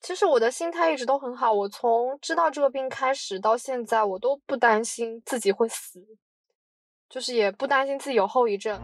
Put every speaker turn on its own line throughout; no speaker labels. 其实我的心态一直都很好，我从知道这个病开始到现在，我都不担心自己会死，就是也不担心自己有后遗症。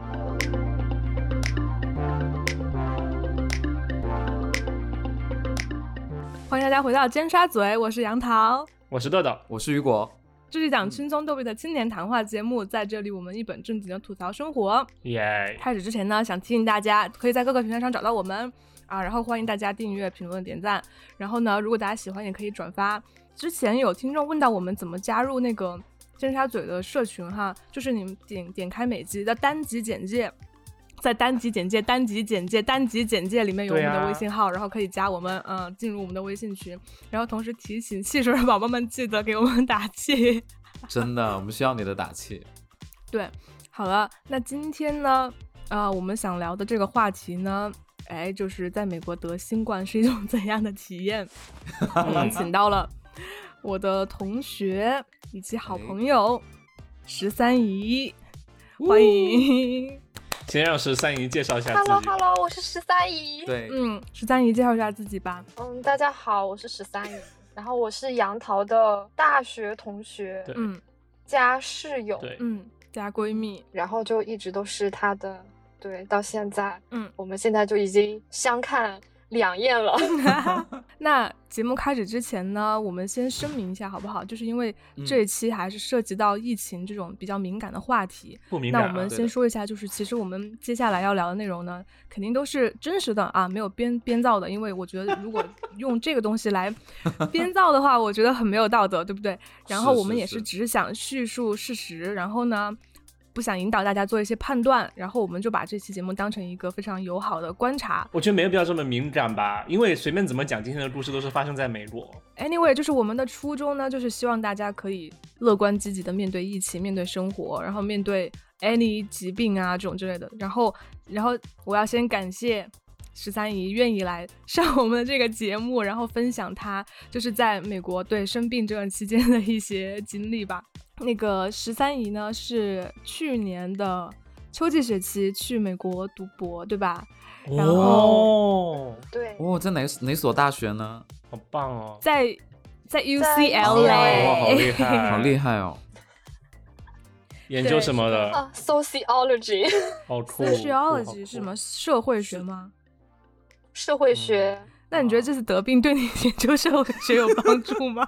欢迎大家回到尖沙咀，我是杨桃，
我是豆豆，
我是雨果。
这是一档轻松逗比的青年谈话节目，在这里我们一本正经的吐槽生活。
耶！
开始之前呢，想提醒大家，可以在各个平台上找到我们啊，然后欢迎大家订阅、评论、点赞。然后呢，如果大家喜欢，也可以转发。之前有听众问到我们怎么加入那个尖沙咀的社群哈，就是你们点点开每集的单集简介，在单集简介、单集简介、单集简介里面有我们的微信号，然后可以加我们，嗯、进入我们的微信群。然后同时提醒汽水的宝宝们，记得给我们打气。
真的，我们需要你的打 气。
好了，那今天呢，呃，我们想聊的这个话题呢，哎，就是在美国得新冠是一种 怎样的体验？我们请到了我的同学以及好朋友十三姨， 欢迎。
先让十三姨介绍一下自己。
Hello Hello，我是十三姨。
对，
嗯，十三姨介绍一下自己吧。
嗯，大家好，我是十三姨，然后我是杨桃的大学同学
对
嗯
加室友，
对，
嗯，加闺蜜，
然后就一直都是她的，对，到现在，
嗯。
我们现在就已经相看两厌 了。
那节目开始之前呢，我们先声明一下好不好？就是因为这一期还是涉及到疫情这种比较敏感的话题，
不敏
那
感、
我
啊。
们
对
先
的
说一下，就是其实我们接下来要聊的内容呢，肯定都是真实的啊，没有编编造的。因为我觉得如果用这个东西来编造的话，我觉得很没有道德，对不对？然后
是
我们
是
也是
是
只是想叙述事实，然后呢，不想引导大家做一些判断，然后我们就把这期节目当成一个非常友好的观察。
我觉得没有必要这么敏感吧，因为随便怎么讲，今天的故事都是发生在美国。
Anyway，就是我们的初衷呢，就是希望大家可以乐观积极的面对疫情，面对生活，然后面对 any 疾病啊这种之类的。然后，然后我要先感谢十三姨愿意来 上我们的这个节目，然后分享她就是在美国对生病这段期间的一些经历吧。那个十三姨呢是去年的秋季学期去美国读博，对吧？然后
哦，
对，
哦，在哪哪所大学呢？
好棒哦，
在在
哎
哇，好
UCLA，
厉害，
好厉害哦！
研究什么的，
啊，sociology
好酷。
Sociology 是什
好酷
么？社会学吗？
社
嗯
会学，
那你觉得这次得病对你研究社会学有帮 助吗？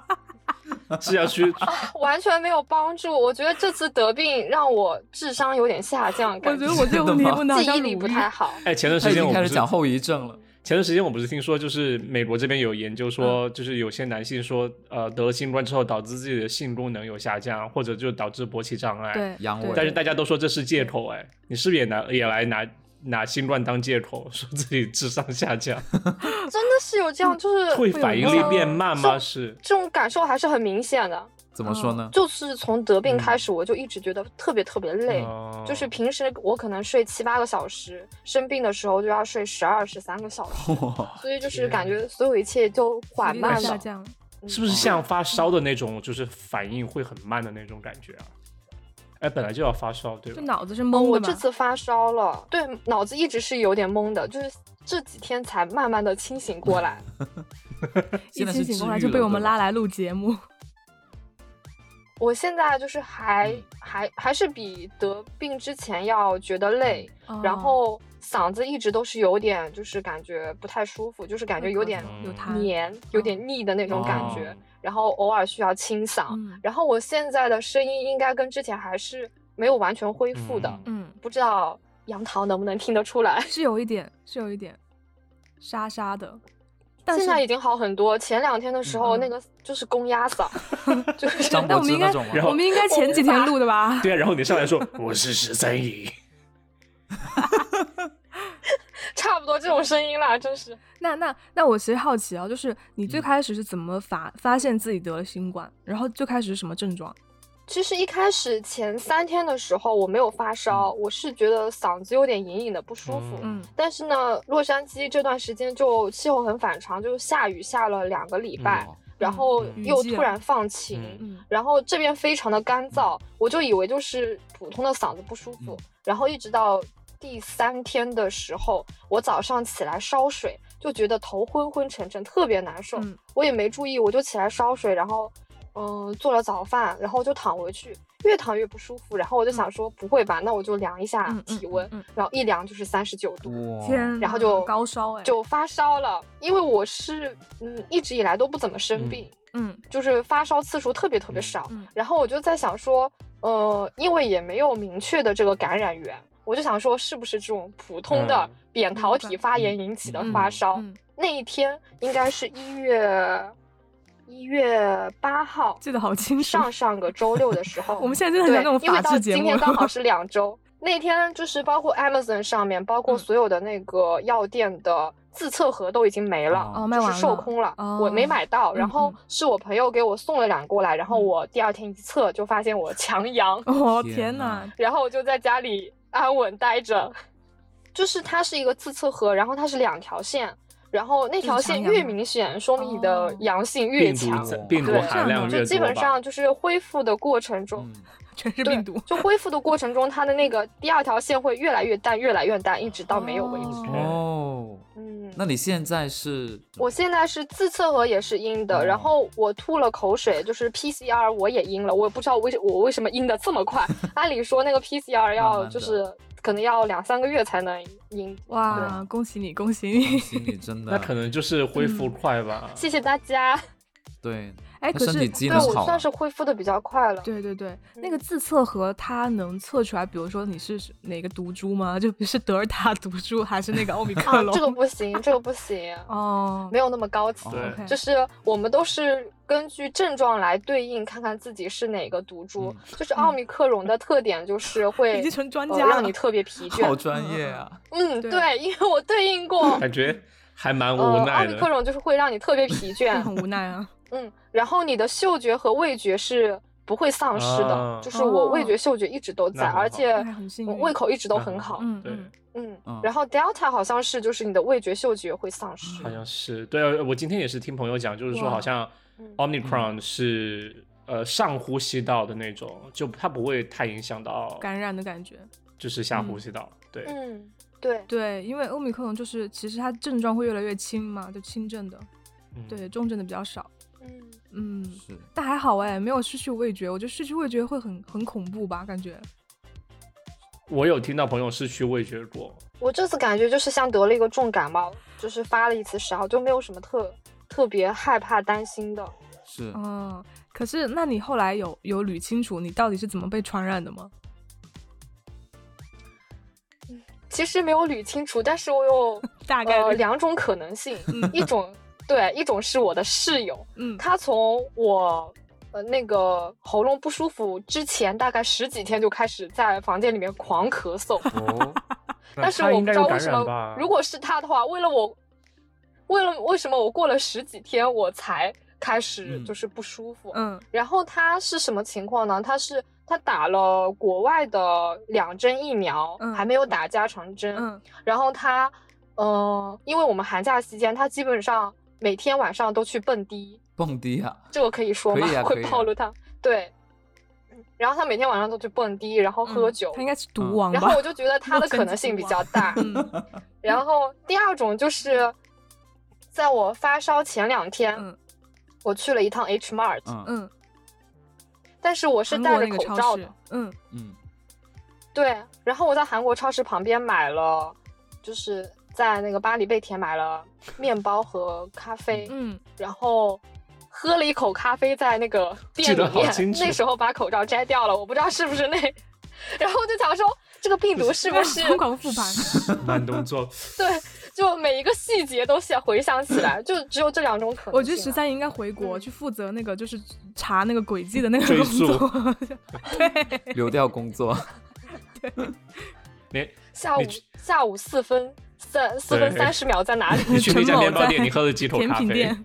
是 要去
完全没有帮助。我觉得这次得病让我智商有点下降，
我
感
觉得我这个问题
真的吗
问的好
记
像
忆力不太好。
哎，前段
他
时
已
间
经
我
开
不
始
是
讲后遗症了。
前段时间我不是听说，就是美国这边有研究说，
嗯
就是有些男性说，呃，得了新冠之后，导致自己的性功能有下降，或者就导致勃起障碍。
对，
阳
对
痿
但是大家都说这是借口，哎，你是不是也拿也来拿拿新冠当借口， 说自己智商下降，
真的是有这
嗯
样，就是
会
有
反应
这
力
样
变慢吗？是，
这种感受还是很明显的。
怎么说呢？
就是从得病开始，我就一直觉得特别特别累。
哦
就是平时我可能睡七八个小时，生病的时候就要睡十二十三个小时，
哦
哇，
所以就是感觉所有一切就缓
体力
慢
下
了。嗯
降。
是不是像发烧的那种，就是反应会很慢的那种感觉啊？哎，本来就要发烧，对
就
吧？
脑子是
哦，
懵
我
的
这
嘛？
次发烧了，对，脑子一直是有点懵的，就是这几天才慢慢的清醒过来。
一
现在
清
是
醒
治
过
愈
来
了
就被我们拉。来录 节目。
我现在就是还
嗯
还还是比得病之前要觉得累，
哦嗯
然后嗓子一直都是有点就是感觉不太舒服，就是感觉有点
有
嗯
痰，
黏，有点腻的那种感觉，
哦
然后偶尔需要清嗓。
嗯
然后我现在的声音应该跟之前还是没有完全恢复的，
嗯
嗯，
不知道杨桃能不能听得出来。
是有一点，是有一点沙沙的， 但
现
是
在已经好很多，前两天的时候
嗯
那个就是公鸭嗓， 就是
张
那
柏
我们
芝
应该
那种吗？
然
我
后
们应该前几天录 的吧？
对啊，然后你上来说 我是十三姨，
差不多这种声音啦，真是。
那那那我其实好奇啊，就是你
嗯
最开始是怎么发发现自己得了新冠，然后最开始是什么症状？
其实一开始前三天的时候我没有发烧，我是觉得嗓子有点隐隐的不舒服。
嗯
嗯
但是呢，洛杉矶这段时间就气候很反常，就下雨下了两个礼
哎
拜，
哇
然后
嗯
又
雨季啊
突然放晴，
嗯
嗯
然后这边非常的干燥，我就以为就是普通的嗓子不舒服，
嗯
然后一直到第三天的时候，我早上起来烧水，就觉得头昏昏沉沉，特别难受。
嗯
我也没注意，我就起来烧水，然后嗯、做了早饭，然后就躺回去，越躺越不舒服。然后我就想说，不会吧？那我就量一下
嗯嗯
体温，
嗯嗯
然后一量就是三十九度。
哇，
天，啊
然后就
高烧哎，
就发烧了，因为我是嗯一直以来都不怎么生
嗯
病，
嗯
就是发烧次数特别特别
嗯
少。
嗯
然后我就在想说，呃，因为也没有明确的这个感染源，我就想说是不是这种普通的
嗯
扁桃体
明
发炎引起的发
嗯
烧？
嗯，
那一天应该是一月一月八号，
记得好清楚。，
上上个周六的时候
我们现在真的很像那种
对因为到
法制节
今
目
天刚 好
了。
是两周。那天就是包括 Amazon 上面，包括
嗯
所有的那个药店的自测盒都已经没了，
哦
卖
就
完
是
了
售空了。
哦
我没买到，
嗯
然后
嗯
是我朋友给我送了两个过来，然后
嗯
我第二天一测就发现我强阳，
哦
天
天
哪
哪，
然后我就在家里安稳待着。就是它是一个自测盒，然后它是两条线，然后那条
就是强
线
阳
越
吗
明显，说明你
哦
的阳性越
病毒
强。
在病毒
对
含量
这
越
就
多
基本
吧
上就是恢复的过程中，
嗯，
全是
对
病毒。
就恢复的过程中，它的那个第二条线会越来越淡，越来越淡，一直到没有为止。
哦
哦，
嗯，
那你现在是
我现在是自测盒也是阴的，
哦
然后我吐了口水，就是 PCR 我也阴了，我也不知道为什我为什么阴的这么 快。按理说那个 PCR
慢
要
慢地嗯
就是可能要两三个月才能阴。
哇，恭喜你，恭喜你！
心里真的，
那可能就是恢复快吧。。
嗯谢谢大家，
对，
哎，
他
可
身
是
体机
对
能
我
好啊
算是恢复的比较快了。
对对对，
嗯
那个自测盒它能测出来，比如说你是哪个毒株吗？ 就比如是德尔塔毒株还是那个奥密克
啊这个
戎？
不行，这个不行，
哦
没有那么高级。
对
OK
就是我们都是根据症状来对应，看看自己是哪个毒株。
嗯
就是奥密克戎的特点就是会
嗯 已经成专
呃
家了
让你特别疲
好
倦。
专业啊，
嗯，
对
对，因为我对应过
感觉还蛮无
呃，奥
奈
密
的。
克戎就是会让你特别疲
这
倦，
很无奈 啊。
嗯，然后你的嗅觉和味觉是不会丧失的，
啊
就是我味
哦
觉、嗅觉一直都在，
那很
而
好
且
那很幸
我
运
胃口一直都
那
很
很
好，
嗯
对
嗯，
嗯
嗯
然后 Delta 好像是就是你的味觉、嗅觉会丧失，
嗯好像是对，呃我今天也是听朋友讲，就是说
哇
好像
嗯
Omicron 是呃上呼吸道的那种，就它不会太影响到，
感染的感觉。
就是下
嗯
呼吸道。对，
嗯，对，
对，因为欧米克戎就是其实它症状会越来越轻嘛，就轻症的，
嗯
对，重症的比较少。
嗯。
嗯，
是
但还好哎，没有失去味觉。我觉得失去味觉会很很恐怖吧，感觉。
我有听到朋友是去味觉过，
我这次感觉就是像得了一个重感冒，就是发了一次烧，就没有什么特特别害怕、担心的。
是，
嗯，可是那你后来有有捋清楚你到底是怎么被传染的吗？
其实没有捋清楚，但是我有
大概
呃
率、
两种可能性，一种对，一种是我的室友，
嗯
他从我呃那个喉咙不舒服之前大概十几天就开始在房间里面狂咳嗽，
哦，
但是
那他
我
应
不知
该
道
有
为
感
什
染
么
吧？，
如果是他的话，为了我，为了为什么我过了十几天我才开始
嗯
就是不舒服，
嗯
然后他是什么情况呢？他是他打了国外的两针疫苗，
嗯
还没有打加强针。
嗯
然后他，呃，因为我们寒假期间，他基本上每天晚上都去蹦迪，
蹦迪啊，
这个可以说吗？
可以啊可
会
以啊
暴露他。对。然后他每天晚上都去蹦迪，然后喝
嗯
酒。
他应该是毒
嗯
王吧？
然后我就觉得他的
真
可能性
毒
比
啊
较大。
嗯
然后第二种就是，在我发烧前两天，
嗯
我去了一趟 H Mart，、
嗯
嗯，
但是我是
韩
戴
国
着
那个
口
超
罩的
市。，嗯
嗯，
对，然后我在韩国超市旁边买了，就是在那个巴黎贝甜买了面包和咖啡，
嗯，
然后喝了一口咖啡，在那个店
记得
里
好
面
清，楚
那时候把口罩摘掉了，我不知道是不是那，然后我就想说这个病毒是不是
疯狂复 盘？
慢动 作，
对，就每一个细节都想回想起来，就只有这两种可能性啊了。
我觉得十三应该回国
嗯
去负责那个就是查那个轨迹的那个
追
工
溯
作。
流调工作，
你
下午
你去
下午四分三四分
对
三十秒在哪里？
你去那
陈
家
某
面包
在
店，你喝了几口
甜
咖
品
啡？
店，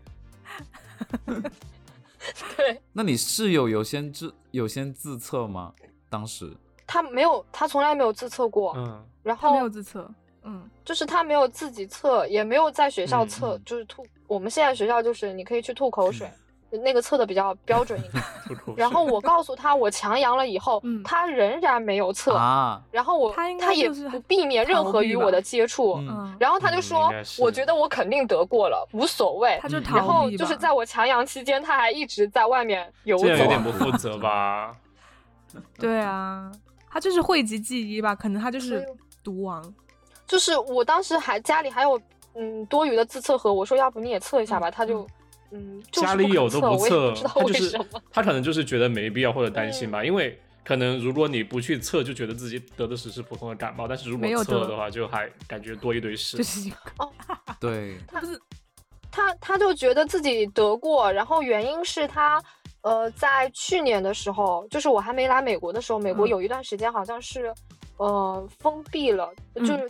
对
那你室友有先自有先自测吗？当时
他没有，他从来没有自测过，
嗯，
然
他
后
没有自测。嗯，
就是他没有自己测，也没有在学校
嗯
测，
嗯
就是吐。我们现在学校就是你可以去吐口水，
嗯
那个测的比较标准一点。
吐口
然
水
后我告诉他我强阳了以后，
嗯
他仍然没有测，
啊，
然后我
他应该
也
就是
不避免任
逃
何
避
与
吧
我的接触，
嗯
嗯，
然后他就
嗯
说
应该：“是
我觉得我肯定得过了，无所谓。
他就”
嗯
逃避
然后就是
吧
在我强阳期间，他还一直在外面游走
这。样有点不负责吧？
对啊，他就是汇集记忆吧，可能他就
所
是
以
毒王。
就是我当时还家里还有嗯多余的自测盒，我说要不你也测一下吧，
嗯
他就嗯就是
家里
不肯
有都
测，我也
测，
不知道
他就
为
是
什么。
他可能就是觉得没必要或者担心吧，因为可能如果你不去测，就觉得自己得的只是普通的感冒，但是如
没有
果测了
得
的话，就还感觉多一堆屎
就。是
对，
他不是
他他就觉得自己得过，然后原因是他。呃，在去年的时候，就是我还没来美国的时候，美国
嗯
有一段时间好像是，呃，封闭了，
嗯
就是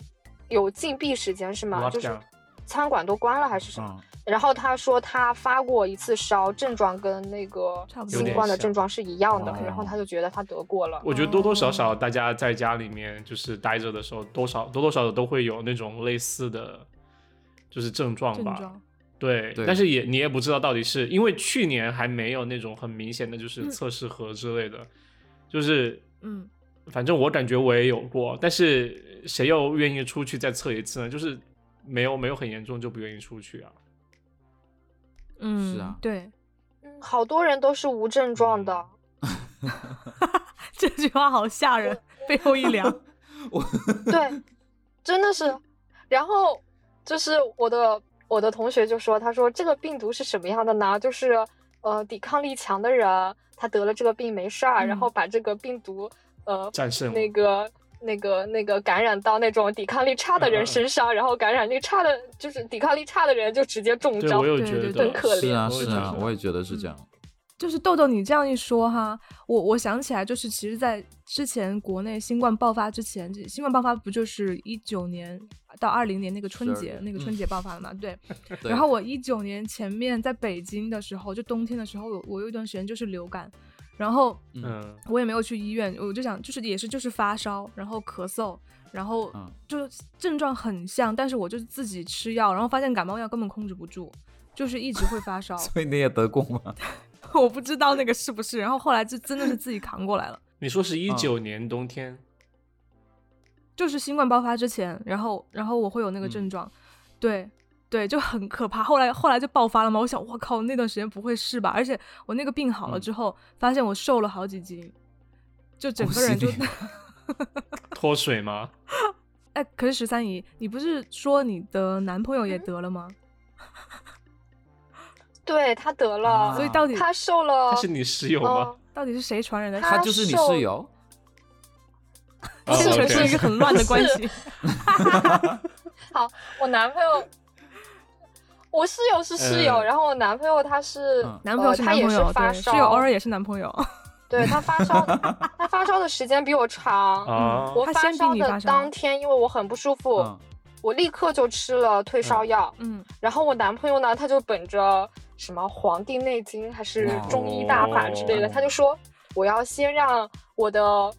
有禁闭时间是吗？
Lockdown
就是餐馆都关了还是什么？
嗯，
然后他说他发过一次烧，症状跟那个
差不多
新冠的症状是一样的
有点，像
然后他就觉得他得过了。
我觉得多多少
哦
少大家在家里面就是待着的时候，多少多多少少都会有那种类似的，就是症状
症
吧。
状，
对，
对
但是也你也不知道到底是因为去年还没有那种很明显的就是
嗯
测试盒之类的，就是
嗯，
反正我感觉我也有过，但是谁又愿意出去再测一次呢？就是没有没有很严重就不愿意出去啊。
嗯，
是啊
对，
嗯好多人都是无症状的，
这句话好吓人，背后一凉。
对，真的是。然后就是我的我的同学就说，他说这个病毒是什么样的呢？就是呃，抵抗力强的人，他得了这个病没事儿，
嗯
然后把这个病毒呃
战胜
那个那个那个感染到那种抵抗力差的
嗯嗯
人
嗯
身上，然后感染力差的，就是抵抗力差的人就直接中
对
招
我。有
对
觉
对
得
对
很可怜
我也
是啊是
觉
啊，
得
我也觉得是这样。
就是豆豆，你这样一说哈，我我想起来，就是其实，在之前国内新冠爆发之前，这新冠爆发不就是一九年到二零年那个春
12
节
月
那个春
嗯
节爆发的嘛？对。
嗯
对
然后我一九年前面在北京的时候，就冬天的时候，我我有一段时间就是流感，然后
嗯，
我也没有去医院，我就想就是也是就是发烧，然后咳嗽，然后
嗯
就是症状很像，但是我就是自己吃药，然后发现感冒药根本控制不住，就是一直会发 烧，
所以你也得过吗？
我不知道那个是不是，然后后来就真的是自己扛过来了，
你说是一九年冬天，
就是新冠爆发之前，然后然后我会有那个
嗯
症状，对。对，就很可怕。后来后来就爆发了嘛。我想，我靠，那段时间不会是吧？而且我那个病好了
嗯
之后，发现我瘦了好几斤，就整
恭
个
喜
人就
你
脱水吗？
哎，可是十三姨，你不是说你的男朋友
嗯
也得了吗？
对他得了，
啊
所以到底
他瘦了，
但是你室友吗？
嗯
到底是谁传染的？
他
他就是你
瘦
室友，
哦
这
是
个是一
OK
个很乱的关系。
我男朋友，我室友是室友，
嗯
然后我男朋友他是、
嗯
男朋友
呃
是
他
男
也
朋
是
友，
发
对，
烧，
室友偶尔也是男朋友。
对他发烧，他发烧的时间比我长。
啊，
我
他
发
先比
烧
你
的
发烧
当天，因为我很不舒服，
嗯，
我立刻就吃了退烧药。
嗯，
然后我男朋友呢，他就本着什么《黄帝内经》还是
哇
中医大法之类的，
哦
他就说我要先让我的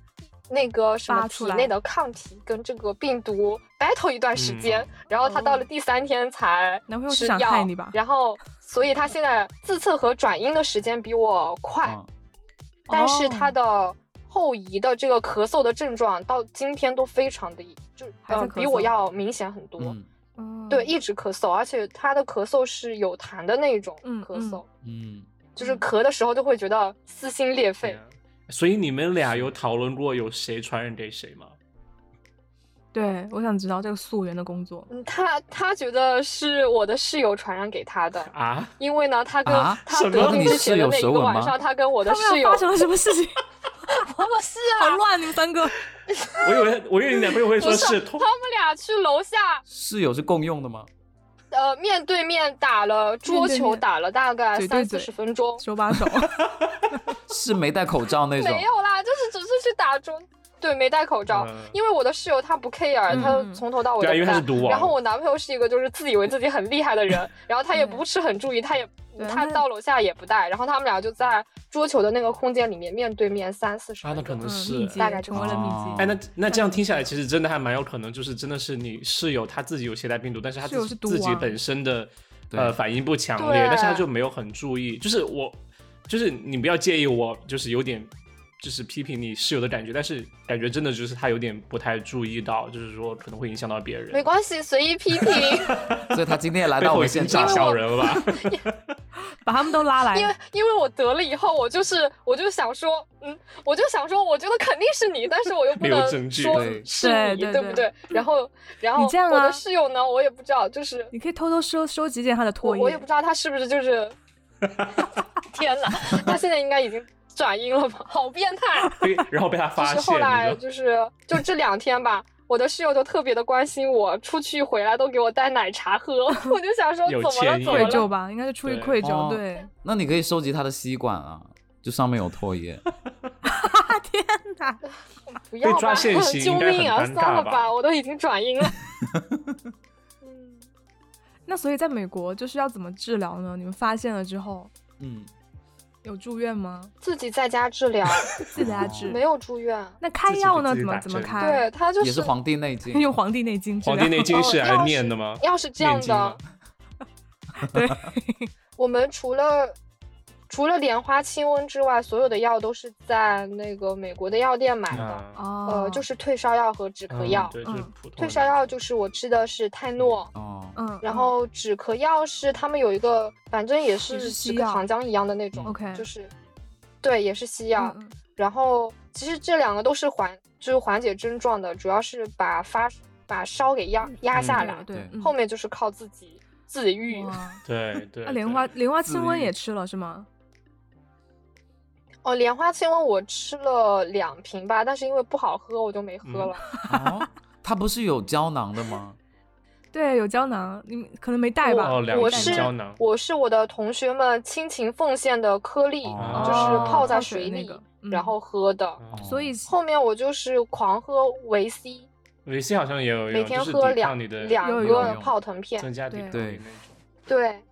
那个什么
发出
体
来
内的抗体跟这个病毒 battle 一段时
嗯
间，然后他到了第三天才
哦男朋友是
吃
想
药
害你吧
然后所以他现在自测和转阴的时间比我快，
嗯
但是他
的
的后移的这个咳嗽的症状到今天都非常的，就
还在
呃
咳
比我
嗽
要明显很多。
嗯
哦
对，一直咳嗽，而且他的咳嗽是有痰的那一种
嗯
咳
嗯
嗽，
嗯，
就是
嗯
咳的时候就会觉得撕心裂肺。
啊所以你们俩有讨论过有谁传染给谁吗？
对，我想知道这个溯源的工作。
嗯，他他觉得是我的室友传染给他的，
啊，
因为呢，他跟、
啊
他
什
得
么
病
你
之
室
前的
友
那一
舌
个
吻
晚
吗
上，他跟我的
他们
室
俩
友
发生了什么 事情？
不是
好
啊，
乱，你们三个。
我以为我以为你男朋友会
不
说
是
是
他
通
们俩去楼下
室友是共用的吗？
呃面对面打了桌
面对
球，
面
打了大概
嘴对
三四
嘴
十分钟，
手把手，
是没戴口罩那 种
没？有啦，就是只是去打中，对，没戴口罩，
嗯
因为我的室友他不 care，、
嗯
他从头到尾都
对啊
不
因为他是
戴
毒王
然后我男朋友是一个就是自以为自己很厉害的 人，然后他也不是很注意，他也
嗯对啊
他
那
到楼下也不戴，然后他们俩就在桌球的那个空间里面面对面三四十
啊，那
分
可
钟。
能
嗯，
是
秘籍
大概
成为了秘
哦
籍。
哎，那那这样听下来，其实真的还蛮有可能，就是真的是你室友他自己有携带病毒，但是他
室友
自
是
己
毒
自己
王
本身的呃
对
反应不强烈，
对
但是他就没有很注意，就是我就是你不要介意我，就是有点就是批评你室友的感觉，但是感觉真的就是他有点不太注意到，就是说可能会影响到别人，
没关系，随意批 评，
所以他今天也来
背
到我
后
们
已经
现
炸
场，
小人了吧？
把他们都拉来，
因为因为我得了以后，我就是我就想说，嗯，我就想说，我觉得肯定是你，但是我又不
没有
能
证据
说
对
是
对
你，
对
不
对
对？然后然后
你这样
我
啊
的室友呢，我也不知道，就是
你可以偷偷收收集点他的唾
我
液。
我也不知道他是不是就是， 天哪，他现在应该已经转阴了吧？好变态！啊
被然后被他
就
发
是
现，
后来
你知道
就是就这两天吧，我的室友就特别的关心我，出去回来都给我带奶茶喝， 我就想说
有
怎么了
歉意
怎
愧
么
疚
了？
吧，应该是出于
对
愧疚。
哦
对，
那你可以收集他的吸管啊，就上面有唾液。
天哪，
不要
被抓
吧，
现行
救
应该很
命啊！
尴尬
算了
吧
吧，我都已经转阴了。 嗯，
那所以在美国就是要怎么治疗呢？你们发现了之后
嗯，
有住院吗？
自己在家治疗，
自己在家治？
没有住院。
那开
哦自己
药
给
呢？
自己
怎么
打
怎么
针
开？
对他就
哎也是《黄帝内经》。
用《黄帝内经》。
黄帝内经
哦
是
要
来
是
念的吗？
要是这样
念经吗
的，我们除了除了莲花清瘟之外，所有的药都是在那个美国的药店买的，
啊，
哦，
呃，就是退烧药和止咳药
嗯。对，就是
嗯
普通
退
的
烧药就是我吃的是泰诺，
哦，
嗯，
然后止咳药是他们有一个，反正也
也是
是
西
止咳
药
糖浆一样的那种
OK
就是对，也是西药。
嗯嗯
然后其实这两个都是缓，就是缓解症状的，主要是把发把烧给压压
嗯
下
对
来，
对，
对
嗯哦
后面就是靠自己自己愈。
哇
对对，
那
对
莲花莲花
自
清瘟
愈
也吃了是吗？
哦，莲花清瘟我吃了两瓶吧，但是因为不好喝，我就没喝
嗯
了。
哦，他不是有胶囊的吗？
对，有胶囊，你们可能没带吧？
哦两
我
瓶
是
胶囊
我是我的同学们亲情奉献的颗粒，
哦
就是泡在
泡水
水
那
里，
个嗯
然后喝的。
哦
所以
后面我就是狂喝维 C，
维 C 好像也有用，
每天
就是
喝
抵
两
抗你的
两
有有
个
用
泡腾片
增。加抵
对
抗
对
力那种。
对，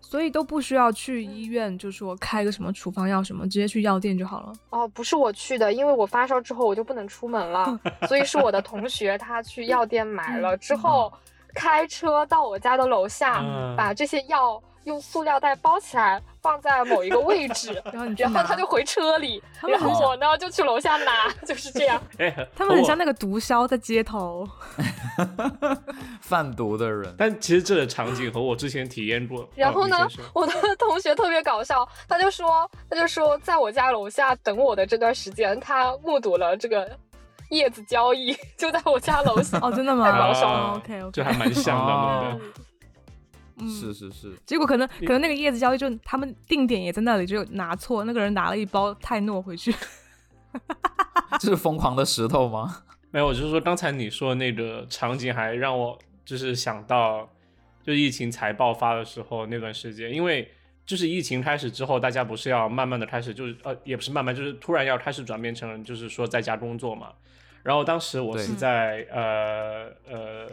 所以都不需要去医院，就说开个什么处方药什么，直接去药店就好了。
哦，不是我去的，因为我发烧之后我就不能出门了，所以是我的同学他去药店买了之后，开车到我家的楼下，
嗯
把这些药用塑料袋包起来，放在某一个位置。
然后你去
然后
拿
他就回车里，
他们
然
很
后
像
我呢就去楼下拿，就是这样。
哎，
他们很像
那。
那个毒枭在街头，
贩毒的人，
但其实这个场景和我之前体验过。
然
哦
后
你
呢
先说，
我的同学特别搞笑，他就说，他就说，在我家楼下等我的这段时间，他目睹了这个叶子交易，就在我家楼下。
哦，真的吗？
太搞笑
了
OK
啊
OK，
就还蛮像的
哦
我
嗯
们的。
嗯，
是是是，
结果可能可能那个叶子交易就他们定点也在那里，就拿错，那个人拿了一包泰诺回 去。
这是疯狂的石头吗？
没有，我就是说刚才你说那个场景还让我就是想到，就疫情才爆发的时候那段时间，因为就是疫情开始之后，大家不是要慢慢的开始就是呃也不是慢慢，就是突然要开始转变成就是说在家工作嘛。然后当时我
对
是在呃呃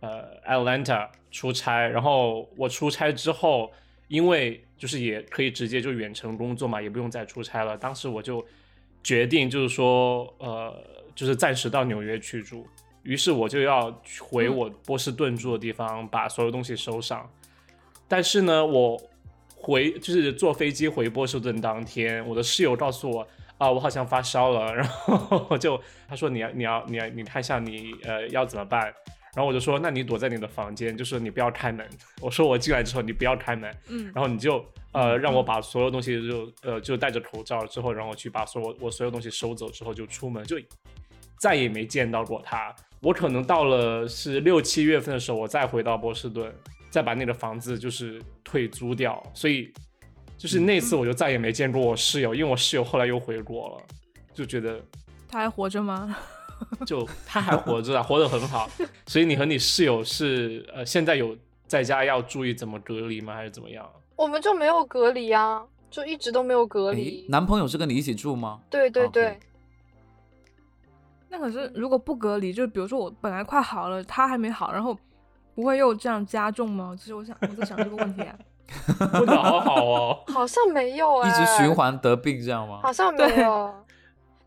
呃 Atlanta 出差，然后我出差之后，因为就是也可以直接就远程工作嘛，也不用再出差了。当时我就决定就是说呃，就是暂时到纽约去住，于是我就要去回我波士顿住的地方，把所有东西收上。但是呢，我回就是坐飞机回波士顿当天，我的室友告诉我啊，我好像发烧了， 然后我就他说你要你要你要你看一下你呃要怎么办，然后我就说那你躲在你的房间，就是你不要开门。 我说我进来之后你不要开门，
嗯，
然后你就呃让我把所有东西就呃就戴着口罩之后，然后去把所有我所有东西收走之后就出门，就再也没见到过他。我可能到了是六七月份的时候，我再回到波士顿，再把那个房子就是退租掉，所以就是那次我就再也没见过我室友，因为我室友后来又回国了，就觉得
他还活着吗？
就他还活着啊，活得很好。所以你和你室友是呃现在有在家要注意怎么隔离吗？还是怎么样？
我们就没有隔离啊，就一直都没有隔
诶
离。
男朋友是跟你一起住吗？
对对
OK
对，
那可是如果不隔离，就比如说我本来快好了，他还没好，然后不会又这样加重吗？其实我想我在想这个问题、 啊。
过得好好哦。
好像没有哎、
一直循，环得病这样吗？
好像没有，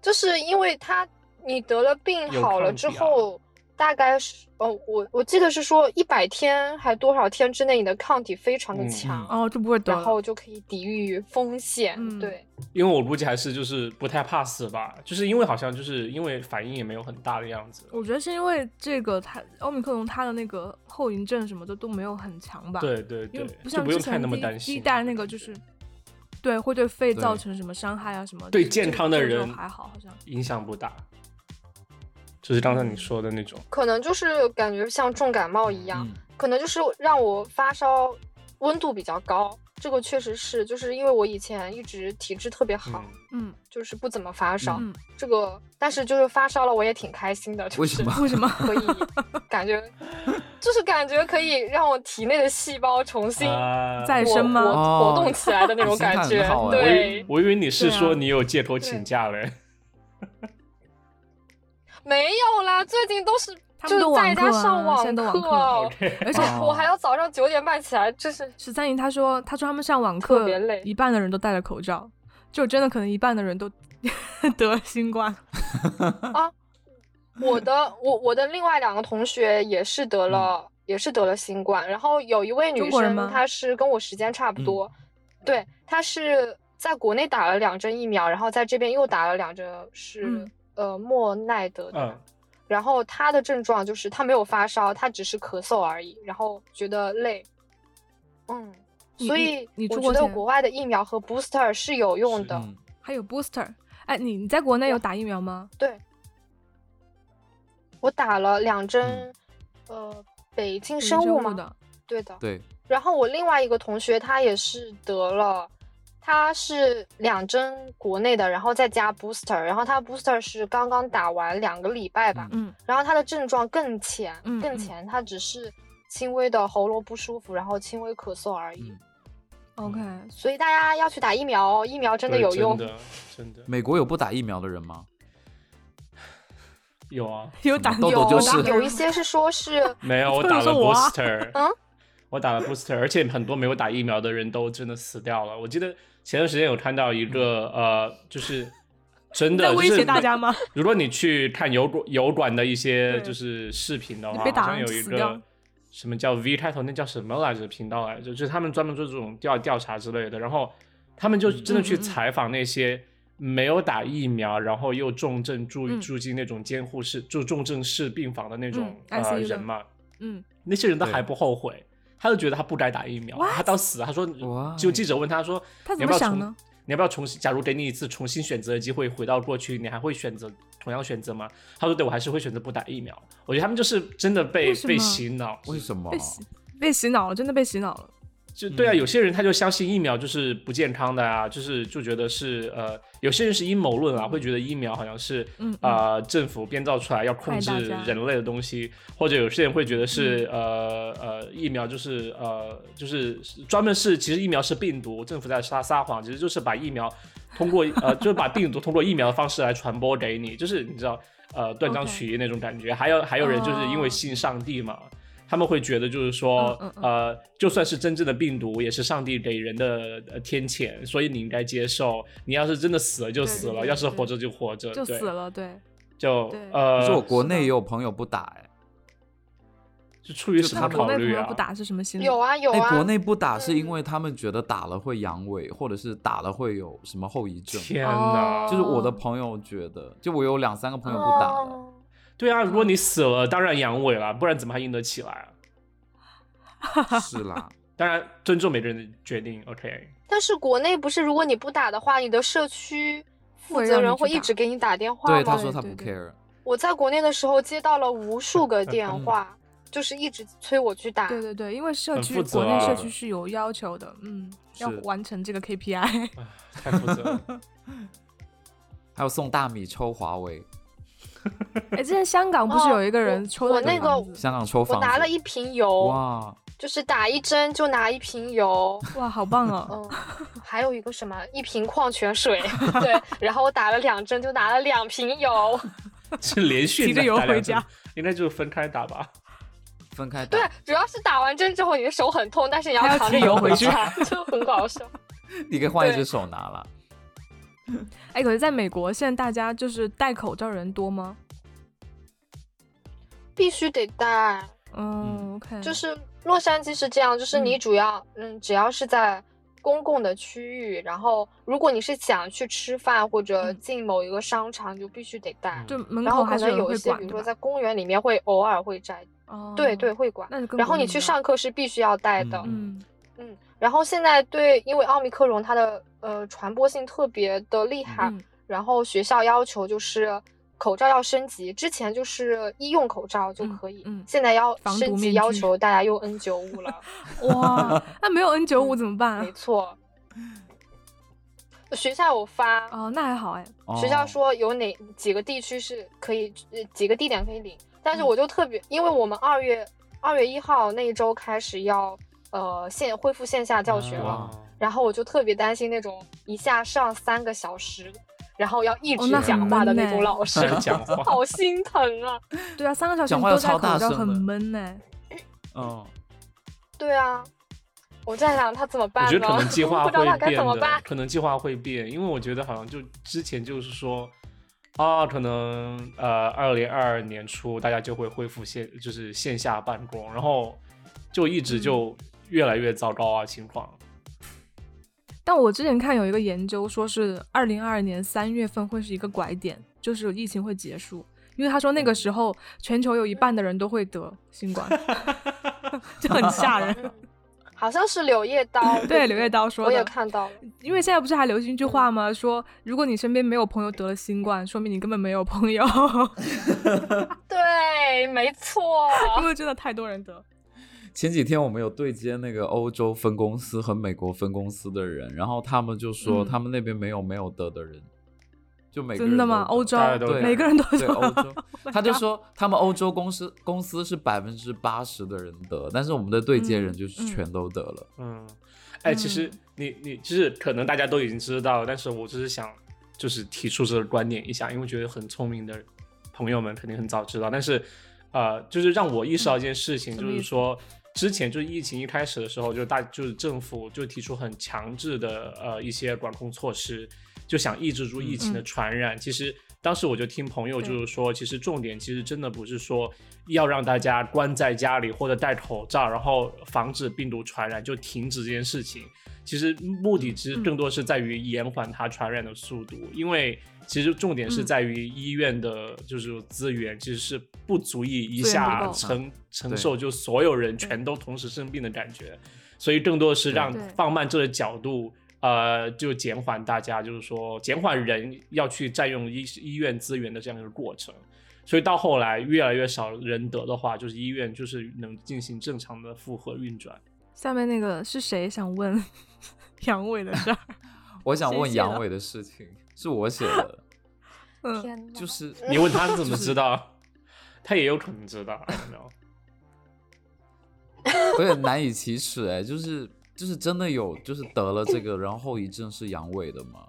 就是因为他你得了病
有
好了
抗
之
体啊
后，大概是，哦，我我记得是说一百天还多少天之内，你的抗体非常的
嗯
强，
哦，就不会得
然
了。
后就可以抵御风险。
嗯
对，
因为我估计还是就是不太怕死吧，就是因为好像就是因为反应也没有很大的样子。
我觉得是因为这个它奥密克戎它的那个后遗症什么的都没有很强吧？，
对对
因
对
为，不
就
像
不
之
用太
前
那么
第一
担
第
心。
一代那个就是，对，会对肺
对
造成什么伤害啊什么的。
对
这
健
这
康的
这个就
人
还好，好像
影响不大，就是刚才你说的那
嗯
种。
可能就是感觉像重感冒一样，
嗯，
可能就是让我发烧，温度比较高。这个确实是，就是因为我以前一直体质特别好，
嗯
嗯
就是不怎么发烧。
嗯，
这个，但是就是发烧了，我也挺开心的。就是、
为什么？
为什么？
可以 感觉，就是感觉可以让我体内的细胞重新
啊
再
活
生吗
活活
哦
动起来的那种
心态
感
很
觉
好。哎
对，
我以为你是
对啊
说你有借口请假嘞，
没有啦，最近都是
他
就
们都
是在
网课
家
啊
上
现在都网课
课，
而且
我还要早上九点半起来，就是
十三姨她说，她说他们上网
特
课
别累
一半的人都戴了口罩，就真的可能一半的人都 得了新冠。
我的我我的另外两个同学也是得了、也是得了新冠，然后有一位女
中国人
生
吗
她是跟我时间差不多，对，她是在国内打了两针疫苗，然后在这边又打了两针是、
嗯
呃莫奈德的，
嗯
然后她的症状就是她没有发烧，她只是咳嗽而已，然后觉得累，嗯，
你
所
你
以
你
我觉
出国
得
前
国外的疫苗和 booster 是有用
是
的，
嗯
还有 booster，哎，你你在国内有打疫苗吗？
对，我打了两针
嗯，
呃，北京
有
生
生
物
物
吗？
的，
对的。
对，
然后我另外一个同学他也是得了，他是两针国内的，然后再加 booster，然后他 booster 是刚刚打完两个礼拜吧，
嗯
然后他的症状更浅，
嗯
更
嗯
浅，他只是轻微的喉咙不舒服，然后轻微咳嗽而已。
嗯
，OK，
所以大家要去打疫苗，疫苗真的
对
有用
真。的真的
美国有不打疫苗的人吗？
有啊，
有打
豆豆
有
就
打
是
有一些是说 是
没有，我
特
打
别
了
是我啊
booster，
嗯
我打了 booster，而且很多没有打疫苗的人都真的死掉了。我记得前段时间有看到一个呃，就是真
你
的
在威
就是
胁大
美
家吗？
如果你去看油管油管的一些
对
就是视频的
你
话，
被
好
打
像有一
死掉
个什么叫 V 开头，那叫什么来着频道来着？就是他们专门做这种调调查之类的，然后他们就真的去
嗯嗯嗯
采访那些没有打疫苗，然后又重症住
嗯
住进那种监护室、住重症室病房的那种、
嗯
呃
ICU 的
人嘛，
嗯，
那些人都
对
还不后悔。他就觉得他不该打疫苗
What？
他到死，他说，
Why？
就记者问他说，
他
你
怎么
要不要
想
重
呢？
你要不要重新？假如给你一次重新选择的机会，回到过去，你还会选择同样选择吗？他说：“对，我还是会选择不打疫苗。”我觉得他们就是真的被
为什么
被洗脑，
为什么
被？洗被洗脑了，真的被洗脑了。
就对啊，
嗯
有些人他就相信疫苗就是不健康的啊，就是就觉得是呃，有些人是阴谋论啊，会觉得疫苗好像是
嗯嗯
啊、政府编造出来要控制
害大家
人类的东西，或者有些人会觉得是、
嗯
呃呃疫苗就是呃就是专门是其实疫苗是病毒，政府在撒撒谎，其实就是把疫苗通过 呃就是把病毒通过疫苗的方式来传播给你，就是你知道呃断章
OK
取义那种感觉。还有还有人就是因为
哦
信上帝嘛。他们会觉得就是说，
嗯嗯嗯
呃，就算是真正的病毒，也是上帝给人的呃天谴，所以你应该接受。你要是真的死了就
对
死
对
了，
对
要是
对
活着就活着，
就
对
死了，对，
就
对
可是我
呃，
国内
是的
也有朋友不打哎。
是出于
就
什
他
么
那国
们
考
内朋
虑
友
啊？
不打是什么心理？
有啊有
哎，
啊，
国内不打是因
嗯
为他们觉得打了会阳痿，或者是打了会有什么后遗症。
天哪！
就是我的
哦
朋友觉得，就我有两三个朋友不打了，
哦，
对啊，如
嗯
果你死了，当然阳痿了，不然怎么还硬得起来啊？
是啦，
当然尊重每个人的决定，OK。
但是国内不是，如果你不打的话，你的社区负
会
责
让
人
你去
会一
打
直给你打电话吗
对，他？说他不
对对
care，
我在国内的时候接到了无数个电话，就是一直催我去打。
嗯对对对，因为社
很
区
负责
国内社
啊
区是有要求的，嗯，要
是
完成这个 KPI。
唉太负责 了，
还有送大米、抽华为，
哎，之前香港不是
哦
有一个人
我
抽
我
了
那
个房
个
子
香港抽
我
房子，
拿了一瓶油，
哇，
就是打一针就拿一瓶 油，
哇，好棒哦！
嗯，还有一个什么一瓶矿泉水， 对，然后我打了两针就拿了两瓶油，
是连续
提着
打
油
两
回
针
家，
应该就是分开打吧。
分开打
对，，主要是打完针之后你的手很痛，但是你要
还要
扛着
提油
油
回去
家， 就很搞 笑。
你可以换一
对
只手拿了。
哎，可是在美国现在大家就是戴口罩人多吗？
必须得带。
嗯，OK，
就是洛杉矶是这样，就是你主要嗯只要是在公共的区域，然后如果你是想去吃饭或者
嗯
进某一个商场，你就必须得带。
就门
然
口
后
还
可
是
能
人
有
会
一些，
管，
比如
对
说
吧
在公园里面会偶尔会摘，
哦，
对对，会管。
那就更
然后
不
你
一
去
样，
上课是必须要带的，
嗯
嗯，然后现在对，因为奥密克戎它的呃传播性特别的厉害，
嗯
然后学校要求就是口罩要升级，之前就是医用口罩就
嗯
可以，
嗯
现在要
防毒
升
面
级要
具
求大家用 N95 了，
嗯哇，那没有 N 九五
嗯
怎么办啊
没？错。学校有发，
哦，那还好哎，
学校
哦，
说有哪几个地区是可以，呃几个地点可以领，但是
嗯
我就特别，因为我们二月二月一号那一周开始要呃线恢复线下教学
啊
了，
嗯哇
然后我就特别担心那种一下上三个小时，然后要一
哦
直
那
讲
很
话的
闷
那种
呢
老师，
还 讲话
好心疼啊！
对啊，三个小时
讲
你
话要
都戴
超
口
大
罩
声
很
的
闷哎，
嗯，
对啊，我在想他怎么办
我
呢？
觉得可能计划
不知道
会
他该
变
怎么
的
办，。
可能计划会变，因为我觉得好像就之前就是说，啊，可能呃，二零二二年初大家就会恢复线，就是线下办公，然后就一
嗯
直就越来越糟糕啊情况。
但我之前看有一个研究，说是二零二二年三月份会是一个拐点，就是疫情会结束，因为他说那个时候全球有一半的人都会得新冠，就很吓人。
嗯好像是柳叶 刀，
对，
不
柳叶刀说
我也
的，
看到了。
因为现在不是还流行一句话吗？说如果你身边没有朋友得了新冠，说明你根本没有朋友，
对，没错。
因为真的太多人得。
前几天我们有对接那个欧洲分公司和美国分公司的人，然后他们就说
嗯
他们那边没有没有得的人，就每个
真的吗？欧洲
洲
大家都得
每个人都
对
得。
欧洲，他就说他们欧洲公司公司是百分之八十的人得，但是我们的对接人就是
嗯嗯
全都得了。
嗯，哎，其实
嗯
你你就是可能大家都已经知道，但是我只是想就是提出这个观点一下，因为觉得很聪明的朋友们肯定很早知道，但是呃，就是让我意识到一件事情，
嗯什
就
么意
是
思
说之前就是疫情一开始的时候，就是大就是政府就提出很强制的呃一些管控措施，就想抑制住疫情的
嗯
传染。其实当时我就听朋友
对
就是说，其实重点其实真的不是说要让大家关在家里或者戴口罩，然后防止病毒传染，就停止这件事情。其实目的其实
嗯
更多是在于延缓它传染的速度，因为其实重点是
嗯
在于医院的就是资源其实是不足以一
资源不
下
够
承承
对
受就所有人全都同时生病的感觉，所以更多的是让
对
放慢这个角度，呃，就减缓大家就是说减缓人要去占用医医院资源的这样一个过程。所以到后来越来越少人得的话，就是医院就是能进行正常的负荷运转。
下面那个是谁想问 阳痿的事儿？
我想
谁
问
写
阳
的
痿的事情是我写 的，
嗯，
天哪！
就是
你问他怎么知道， 他也有可能知道。I don't know，
有点难以启齿哎，就是就是真的有就是得了这个，然后后遗症是阳痿的吗？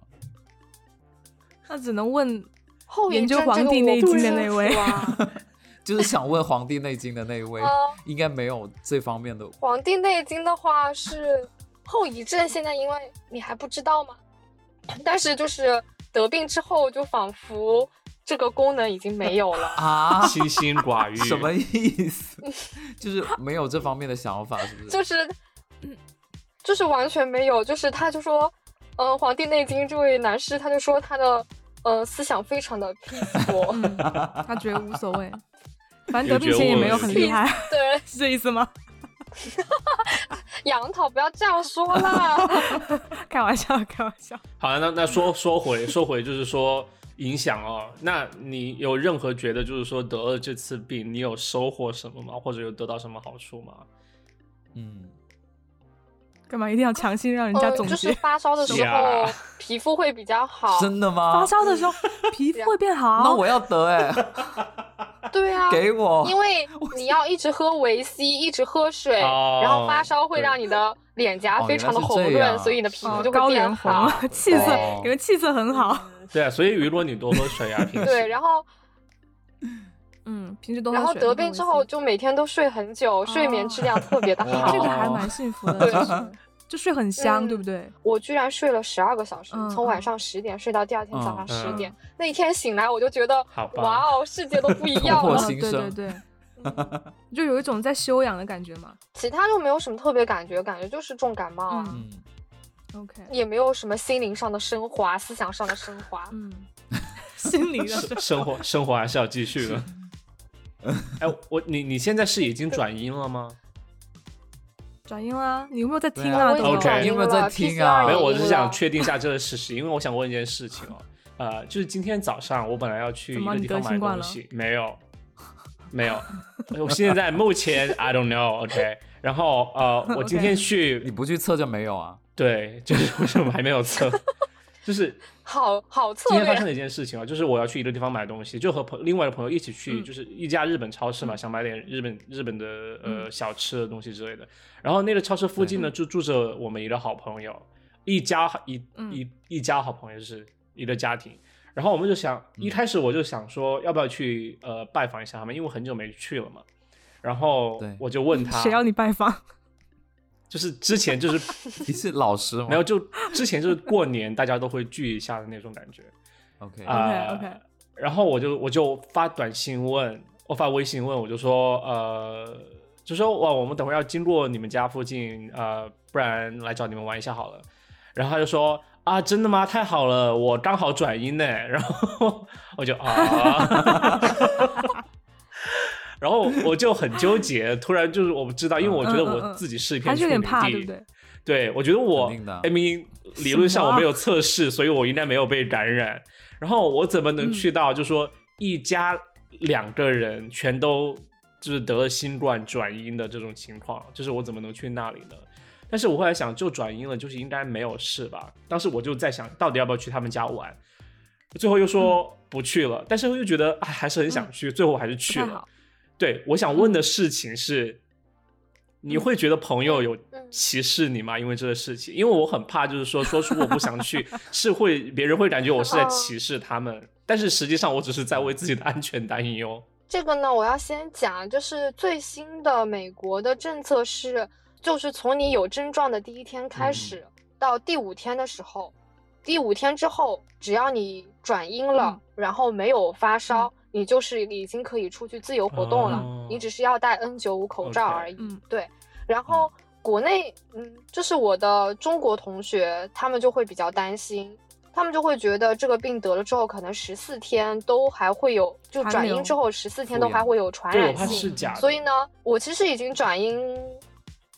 那只能问
后遗
研究
症
《
这
黄
个
帝
我
内
不
经》的
清
那
楚
位
啊
就是想问《黄帝内经》的那一位
嗯，
应该没有这方面的
《黄帝内经》的话是后遗症，现在因为你还不知道嘛，但是就是得病之后，就仿佛这个功能已经没有了。
啊
清心寡欲，
什么意思？就是没有这方面的想法，是不是？
就是，嗯就是完全没有。就是他就说，嗯、呃，《黄帝内经》这位男士他就说他的，呃，思想非常的 peaceful，
嗯，他觉得无所谓，反正
有
得病
觉
前也
悟
没有
了
很
有
厉
觉
害，
对，
是这意思吗？
杨桃不要这样说 啦。
开玩笑，开玩笑。
好，那那说说回说回，就是说影响哦。那你有任何觉得，就是说得了这次病，你有收获什么吗？或者有得到什么好处吗？
嗯，
干嘛一定要强行让人家
嗯
总结？
就是 发烧的时候
呀
皮肤会比较好。
真的吗
发？烧的 时候皮
啊
肤会变好，
那我要得哎、
对啊，
给我
因为你要一直喝维 C，一直喝水，
哦
然后发烧会
对
让你的脸颊
哦
非常的红
原来是这
润，
样
所以你的皮
哦
肤就
高
会
原
变
红
好。，
气色
哦
感觉气色很好。
对啊，所以如果你多喝水啊， 平时
对，然 后
嗯，平时都
然
喝
后
水
得
多
病
维 C 哦
之后就每天都睡很久，睡眠质量特别的
哇
好。
这个还蛮幸福的，
对
其实就睡很香，
嗯
对不对？
我居然睡了十二个小时
嗯，
从晚上十点睡到第二天早上
嗯
十点
嗯。
那一天醒来，我就觉得
好，棒
哇哦，世界都不一样
突破
了。
性新
嗯对对
生
对，就有一种在休养的感觉嘛。
其他就没有什么特别感觉，感觉就是重感冒啊，
嗯
嗯，
OK，
也没有什么心灵上的升华、思想上的升华。
嗯， 心灵的
生生活生活还是要继续 的。哎，我你你现在是已经转音了吗？
转音啦，你有没有在听
对啊
啊？都没有
OK
你
你有没有在听啊
没有，我
是
是想确定一下这个事实，因为我想问一件事情哦。呃，就是今天早上我本来要去一
怎么
个地方
你更
买
新惯
东西，没有， 没有。我现在 目前 I don't know，OK、然后呃，我今天
OK
你
去，
不去测就没有啊？
对，就是为什么还没有测？ 就是
好好策
今天发生
略，
了一件事情啊，就是我要去一个地方买东西，就和朋另外的朋友一起去，
嗯
就是一家日本超市嘛，想买点日本日本的呃
嗯
小吃的东西之类的。然后那个超市附近呢，就住着我们一个好朋友，一家一
嗯
一一家好朋友就是一个家庭。然后我们就想，一
嗯
开始我就想说，要不要去呃拜访一下他们，因为我很久没去了嘛。然后
对
我就 问他，
谁要你拜访？
就是之前就是
你是老师
哦
吗？
没有，就之前就是过年大家都会聚一下的那种感觉。
，OK，
啊
OK，OK
然后我就我就发短信问，我发微信问，我就说呃，就说哇，我们等会儿要经过你们家附近，呃，不然来找你们玩一下好了。然后他就说啊，真的吗？太好了，我刚好转阴呢。 然后我就啊。 然后我就很纠结，突然就是我不知道，因为我觉得
嗯嗯嗯
我自己是一片
还是有点
处女
怕，
地
对不对？
对，我觉得我
肯定的
，I mean，理论上我没有测试，所以我应该没有被感染。然后我怎么能
嗯
去到就说一家两个人全都就是得了新冠转阴的这种情况？就是我怎么能去那里呢？但是我后来想，就转阴了，就是应该没有事吧。当时我就在想，到底要不要去他们家玩？最后又说不去了，但是又觉得哎，还是很想去，最后我还是
嗯不
去
太
了
好。。嗯
对，我想问的事情是，你会觉得朋友有
嗯
歧视你吗？因为这个事情，因为我很怕，就是说说出我不想 去，是会别人会感觉我
哦
是在歧视他们，但是实际上我只是在为自己的安全担忧。
这个呢，我要先讲，就是最新的美国的政策是，就是从你有症状的第一天
嗯
开始，到第五天的时候，第五天之后，只要你转阴了，
嗯
然后没有发烧，你就是已经可以出去自由活动了，
哦
你只是要戴 N 9 5口罩
OK
而已。
嗯
对，然后国内，嗯，就是我的中国同学，他们就会比较担心，他们就会觉得这个病得了之后，可能十四天都还会有，就
传
转
流
阴之后十四天
复
都还
阳
会有传
对，我
染
怕
性。
是假的。
哎所以呢，我其实已经转阴，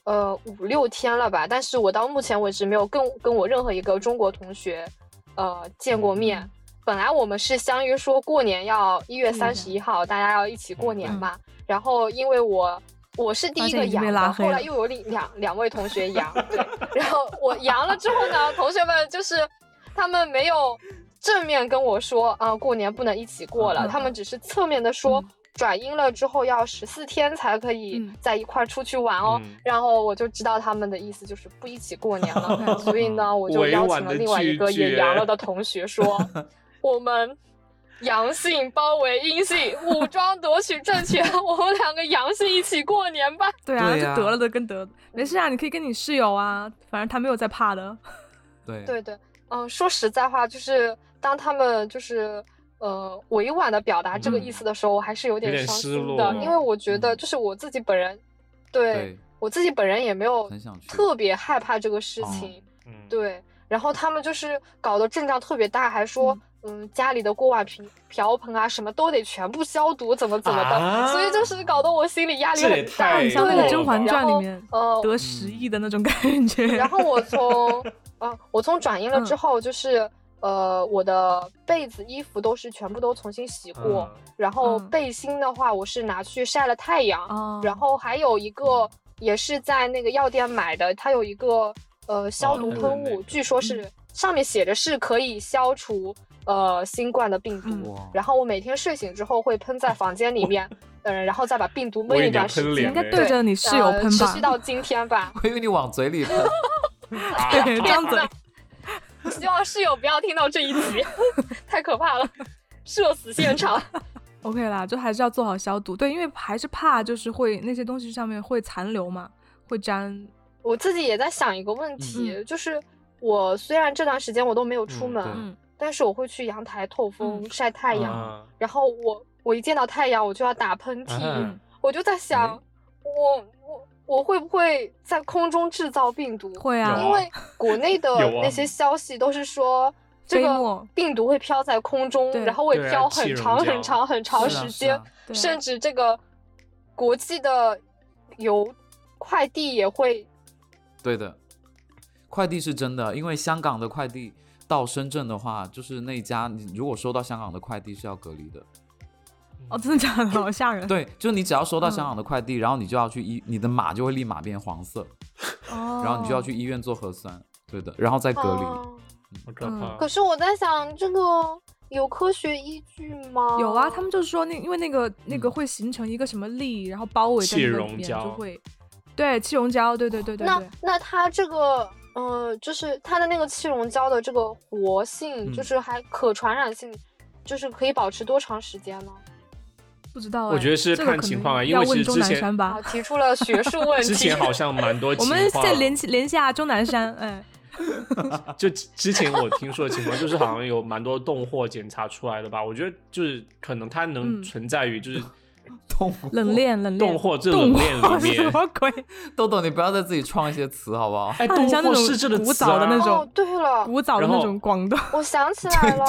呃五六天了吧，但是我到目前为止没有跟跟我任何一个中国同学，呃见过
嗯
面。本来我们是相约说过年要一月三十一号，大家要一起
嗯
过年嘛。然后因为我我是第一个
发现已经被
阳
拉
的，
黑
后
了
来又有两两两位同学阳，对。然后我阳了之后呢，同学们就是他们没有正面跟我说啊，过年不能一起过了，
嗯
他们只是侧面的说。
嗯
转阴了之后要十四天才可以
嗯
在一块儿出去玩哦，
嗯
然后我就知道他们的意思就是不一起过年
嗯
了，所以呢，我就
嗯委
邀
婉
请了
地
另外一个
拒绝
也阳了的同学 说，我们阳性包围阴性，武装夺取政权，我们两个阳性一起过年 吧。
对啊，
对
就
呀
得了的跟得，没事啊，你可以跟你室友啊，反正他没有在怕的。
对
对对，嗯、说实在话，就是当他们就是呃委婉的表达这个意思的时候，我还是有
嗯有点
点伤
失
心
落嗯
的，因为我觉得就是我自己本人，对
对，
我自己本人也没有
很想去
特别害怕这个事
哦
情，
嗯，
对。然后他们就是搞得阵仗特别大，还说嗯家里的锅碗瓢瓢盆啊什么都得全部消毒，怎么怎么的，
啊
所以就是搞得我心里压力
这
很
也
大。
太
很像那个
对
《甄嬛传》里面
然后呃
得十亿的那种感觉。
然后我从啊，我从转阴了之
嗯
后，就是、呃，我的被子、衣服都是全部都重新洗过，然后
嗯
背心的话，我是拿去晒了太阳，
哦
然后还有一个也是在那个药店买的，它有一个呃消
哦
毒
那个
喷
那
雾，
个
据说
嗯
是上面写着是可以消除呃新冠的病毒，
嗯
哇，
然后我每天睡醒之后会喷在房间里面。嗯，然后再把病毒
我
闷
以为
一
你要
段时
喷
间，
你
脸
应该
嘞
对着你室友
呃
喷
持续
吧，
到今天吧。
我以为你往嘴里喷，
对，张嘴。
希望室友不要听到这一集， 太可怕了，社死现场。
OK 啦，就还是要做好消毒。对，因为还是怕就是会那些东西上面会残留嘛，会粘。
我自己也在想一个问题，
嗯
就是我虽然这段时间我都没有出门，
对
嗯
但是我会去阳台透风、
嗯
晒太阳，
啊
然后我我一见到太阳我就要打喷嚏，
嗯
我就在想，我我我会不会在空中制造病毒？
会啊，
因 为国内的
有啊
那些消息都是说。这
飞
个
沫
病毒会飘在空中
对，
然后会
对啊
飘很
气溶
长
胶
很长很长
是啊
时
是
间
啊，
对
甚至这个国际的邮快递也会
对的，快递是真的，因为香港的快递到深圳的话，就是那家你如果收到香港的快递是要隔离的。
哦，真的假的？好吓人。
对，就是你只要收到香港的快递，然后你就要去医，你的码就会立马变黄色，
哦，
然后你就要去医院做核酸。对的，然后再隔离。
啊
好可
嗯
怕。
可是我在想，这个有科学依据吗？
有
哦
啊，他们就说那因为那个那个会形成一个什么力，然后包围在
嗯气
那个
溶
里面
胶
就会，对气溶胶，对对对对
那
对，
那它这个，呃，就是它的那个气溶胶的这个活性，
嗯
就是还可传染性，就是可以保持多长时间呢？
不知道哎。
我觉得是
这个
看
可
情
能
况啊因
要
为
问
是
钟
之
南
前
山吧
啊，。提出了学术问题。哦
之前好像蛮 多
我
情况，啊
们再连起连下钟南山，哎，
就之之前我听说的情况，就是好像有蛮多冻货检查出来的吧。我觉得就是可能它能
嗯
存在于就是
痛苦。
冷链冷链，
冻货这
冻
冷
货
链里
是什
面，
么鬼？
豆豆，你不要再自己创一些词好不好？
哎，
它很
冻
像那
货
种
是这个
古
词
早的
啊
那种
哦，对了，
古早的
然
那
后
种广
哦
东，
我想起来了，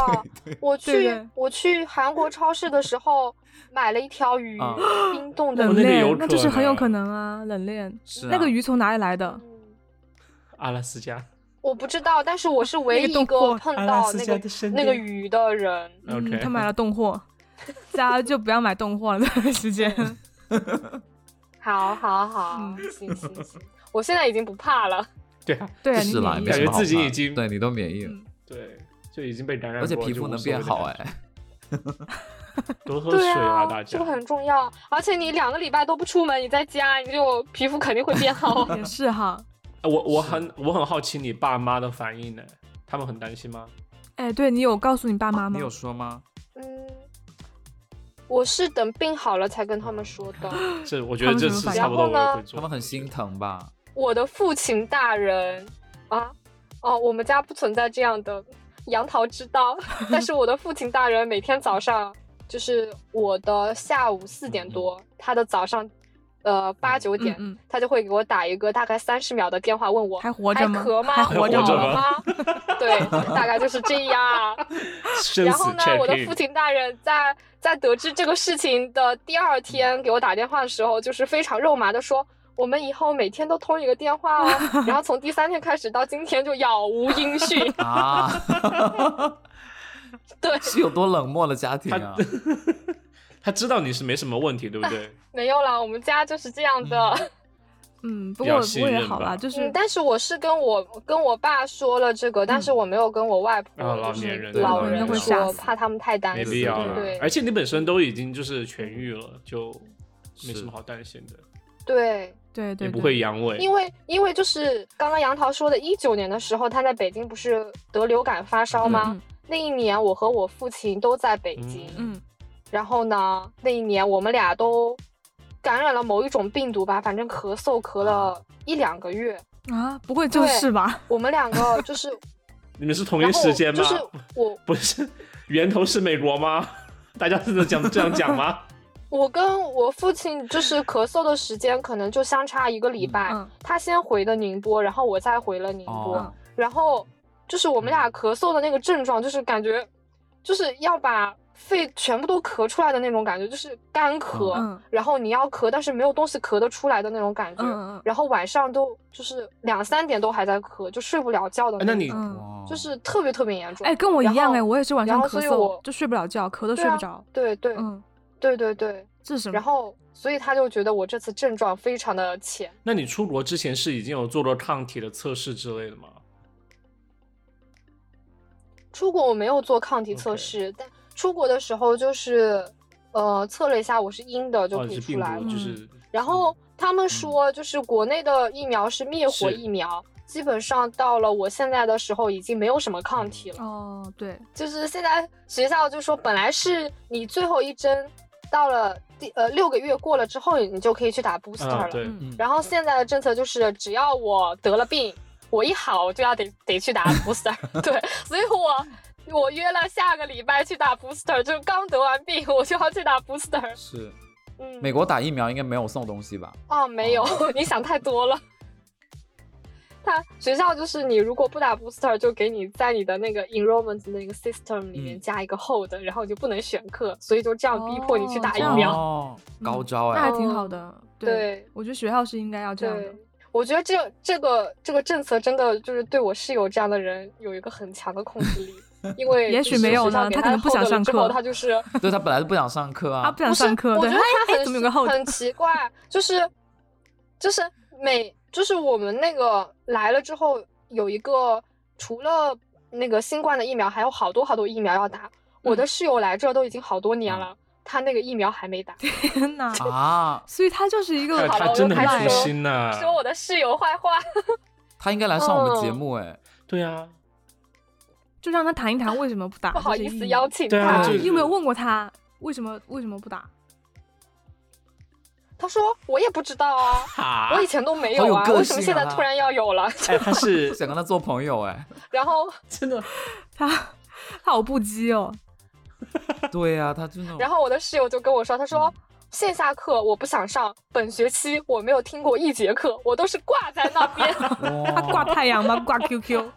我去
对对
我去韩国超市的时候买了一条鱼，
啊
冰冻的
冷
那个
鱼。
有
链，那就是
可
很有
能
可能啊，冷链。
是啊
那个鱼从哪里来的？
嗯
阿拉斯加。
我不知道，但是我是唯一
那个冻
一
货
个碰
阿拉
到
斯
那
加
个
的圣
那个
地
鱼的人。
嗯，
OK
他买了冻 货，大家就不要买冻货了，这段时间。
嗯
好好好，
嗯
行行行，我现在已经不怕了。
对 啊，
对啊，
是啦，
你
没
感
什
觉
么好
自己
怕
已经
对你都免疫了，
嗯
对，啊就已经被感染
而
过
且
了，
皮肤能变好
哎，
哎。
多喝
对
水
啊，
大家
这个。很重要。而且你两个礼拜都不出门，你在家，你就皮肤肯定会变 好。
也是哈。
哎我我很我很好奇你爸妈的反应呢，他们很担心吗？
哎，对你有告诉你爸妈吗
你？有说吗？
嗯，我是等病好了才跟他们说的。
这我觉得这次
他们什么反应
差不多我
然
也
后
会
呢
做。
他们很心疼吧？
我的父亲大人啊，哦，我们家不存在这样的杨桃之 道，但是我的父亲大人每天早上就是我的下午四点多，他的早上呃八九点，
嗯嗯
他就会给我打一个大概三十秒的电话，问我
还活着吗
还咳吗？
还活
着吗
好了 吗？对，大概就是这样。
生
然
死
后呢
check，
我的
in
父亲大人在在得知这个事情的第二天给我打电话的时候，就是非常肉麻的说。我们以后每天都通一个电话 哦，然后从第三天开始到今天就杳无音 讯。
啊，
对，
是有多冷漠的家庭啊？
他知道你是没什么问题，对不对？
没有啦，我们家就是这样的。
嗯，不
比较
过不
信
过也
任
好
吧
啦，就是
嗯，但是我是跟我跟我爸说了这个，但
嗯
是我没有跟我外婆，
啊老
就
年
是
人
老
对
人
都会
吓
说，
死
怕他们太担
没
心。
必要哎
了
对
而且你本身都已经就是痊愈了，就没什
是
么好担心的，
对，
对对
也不
对
会阳痿。
因为因为就是刚刚杨桃说的，一九年的时候他在北京不是得流感发烧吗？
嗯
那一年我和我父亲都在北京，
嗯
然后呢，那一年我们俩都感染了某一种病毒吧，反正咳嗽咳
啊
了一两个月，
啊，不会就是吧？
我们两 个就是
你们是同
然
一
后
时间吗？
就 是我
不是，源头是美国吗？ 大家是这讲这样讲吗？
我跟我父亲就是咳嗽的时间可能就相差一个礼拜，
嗯
他先回的宁波，然后我再回了宁波，
哦，
然后就是我们俩咳嗽的那个症状，就是感觉就是要把肺全部都咳出来的那种感觉，就是干咳，
嗯
然后你要咳，但是没有东西咳得出来的那种感觉，
嗯嗯嗯
然后晚上都就是两三点都还在咳，就睡不了觉的
哎
那
那
种
你
嗯。
哇
就是特别特别严重。
哎，跟我一样哎，
然后
我也是晚上
然后所
咳
以
嗽
我
就睡不了觉，咳都
对
睡不
啊
着。
对对、
嗯，
对对对，
这是什么？
然后所以他就觉得我这次症状非常的浅。
那你出国之前是已经有做过抗体的测试之类的吗？
出国我没有做抗体测
OK
试但出国的时候就是，呃，测了一下我是阴的就
哦，
可
是
以
病
出来了。
毒，就
嗯
是
然后他们说，就是国内的疫苗是灭活
是
疫苗，基本上到了我现在的时候已经没有什么抗体了。
哦，对，
就是现在学校就说，本来是你最后一针到了第呃六个月过了之后，你就可以去打 booster 了。
啊，对，
嗯
然后现在的政策就是，只要我得了病，我一好就要得得去打 booster。对，所以我我约了下个礼拜去打 booster，就刚得完病，我就要去打 booster。
是
嗯，
美国打疫苗应该没有送东西吧？
哦，没有，
哦
你想太多了。他学校就是你如果不打 booster，就给你在你的那个 enrollment 的那个 system 里面
嗯
加一个 hold，、然后你就不能选课，所以就这样逼迫你去
哦
打
这
疫
样
苗。嗯
哦，高招
那
哎、
还挺好的。
对
我觉得学校是应该要这样的
对。，我觉得这这个这个政策真的就是对我室友这样的人有一个很强的控制力，因为
也
就
许
是
没有
学校
呢
给
他
他
可能不想
hold 了
上
之后
课
他就是
对他本来就不想上课
他
啊
不，想
不是
上课，
我
对，
觉得他
哎
很
怎么有个后？
很奇怪，就是就是每就是我们那个来了之后，有一个除了那个新冠的疫苗，还有好多好多疫苗要打。我
嗯
的室友来这都已经好多
嗯
年了，他那个疫苗还没打。
天哪！
啊，
所以他就是一
哎
个
好了
他真的
我
很
又开
粗
始
心呐、
说我的室友坏话，
他应该来上我们节目哎、
对啊，
就让他谈一谈为什么不打。
不好意
这些
思
疫苗
邀请
对啊
他
就。
你有没有问过他为什么为什么不打？
他说我也不知道啊，
哈
我以前都没
好有
啊，
个
为什么
性
现
啊
在
他
突然要有了？
哎，他
不
是
想跟他做朋友 哎、
然后
真的
他他好不羁哦。
对啊，他真的。
然后我的室友就跟我说，他说线下课我不想上，本学期我没有听过一节课，我都是挂在那边。
他挂
哇，
太阳 吗？挂 QQ？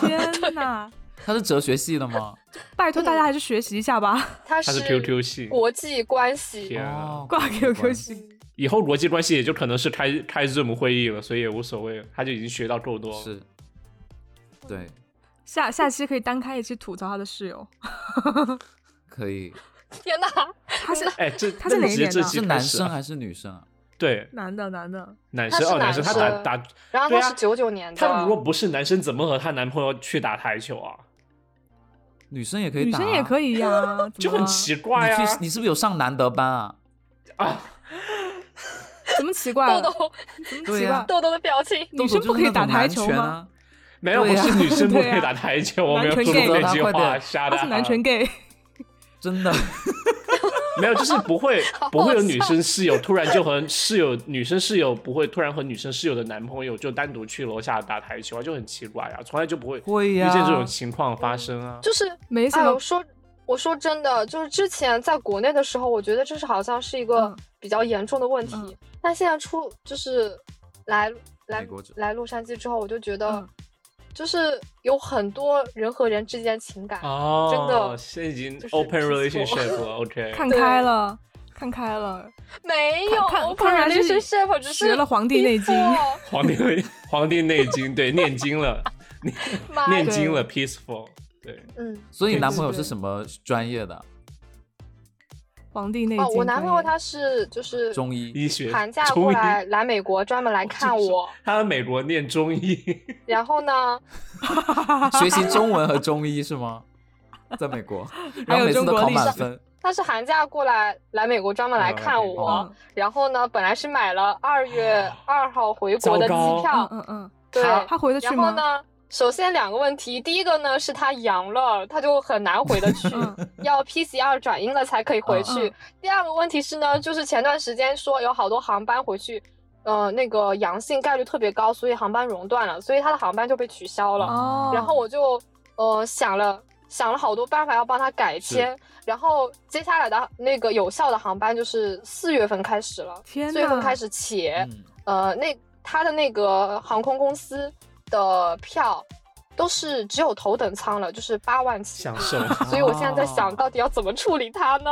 天哪！
他是哲学系的吗？
拜托大家还是学习一 下吧，
他
他
是
是 QQ 系，
国际关系，
天啊
哦，
挂 QQ
系。
行。
以后国际关系也就可能是开开 Zoom 会议了，所以也无所谓了，他就已经学到够多了。
是，对，
下下期可以单开一期吐槽他的室友，
可以。
天哪！
他是
哎，这
他是哪一
这
年
这
的
期
是
开
男
始
生
啊
还是女生啊？
对
男的男的，
男
他
生
是
哦，男
男
生他
生
打打，
然后
对
他
啊
是九九年的，
他如果不是男生，怎么和她男朋友去打台球啊？
女生也可以
女
打、啊，
生也可
以。
以呀，怎
就
么
很
了
奇怪
你
啊！
去，你是不是有上男德班啊？
啊，
怎么奇怪
豆
了？
豆
怎么
对
奇
呀
怪？
啊豆豆的表情，
女生不可以打台球吗？
啊？
没有，
对
我
啊
是女生不
对啊
可以打台球，我没有
男
说
权
出
gay
那句
快
话，
点
瞎的
他
啊。
是男权 gay，
真的，
没有，就是 不会不会有女生室友突然就和室友女生室友不会突然和女生室友的男朋友就单独去楼下打台球啊，就很奇怪啊，从来就不会
会
遇
呀、
见这种情况发生啊。
就是
没什
哎，
么
我说我说真的，就是之前在国内的时候，我觉得这是好像是一个
嗯
比较严重的问题，
嗯
但现在出就是来来
美国之
来洛杉矶之后，我就觉得
嗯
就是有很多人和人之间情感，
哦，
真的
现在已经
就是
open
peaceful
relationship 了，OK。
看开了，看开了，
没有
看
open
看来是
relationship，只是
学了《黄帝 内经》
peaceful，
皇帝皇帝内经，对，念 经了，念
妈
念
呀
经了，peaceful，对，
嗯，
所以你
对
男朋友
对
是什么专业 的？
《黄帝内
哦》，
经可以。
我男朋友他是就是
中医。
医学
寒假
中
过
医，
来来美国专门来看我，
他在美国念中医，
然后呢，
学习中文和中医是吗？在 美国，然后
有
每次
中
都
国
考
历
满
史
分。
他是寒假过来来美国专门来
嗯
看我，
哦
然后呢，本来是买了二月二号回国的
糟糕
机票，
嗯嗯嗯，
对，
他
他回得去
然后
吗？
呢，首先两个问题，第一个呢是他阳了，他就很难回得去，要 PCR 转阴了才可以回去。
嗯
第二个问题是呢，就是前段时间说有好多航班回去，呃，那个阳性概率特别高，所以航班熔断了，所以他的航班就被取消了。
哦，
然后我就呃想了想了好多办法要帮他改签，然后接下来的那个有效的航班就是四月份开始了，
天
四月份
呐
开始且、
嗯，
呃那他的那个航空公司的票都是只有头等舱了，就是八万起
享。受，
所以我现在在想
哦
到底要怎么处理它呢？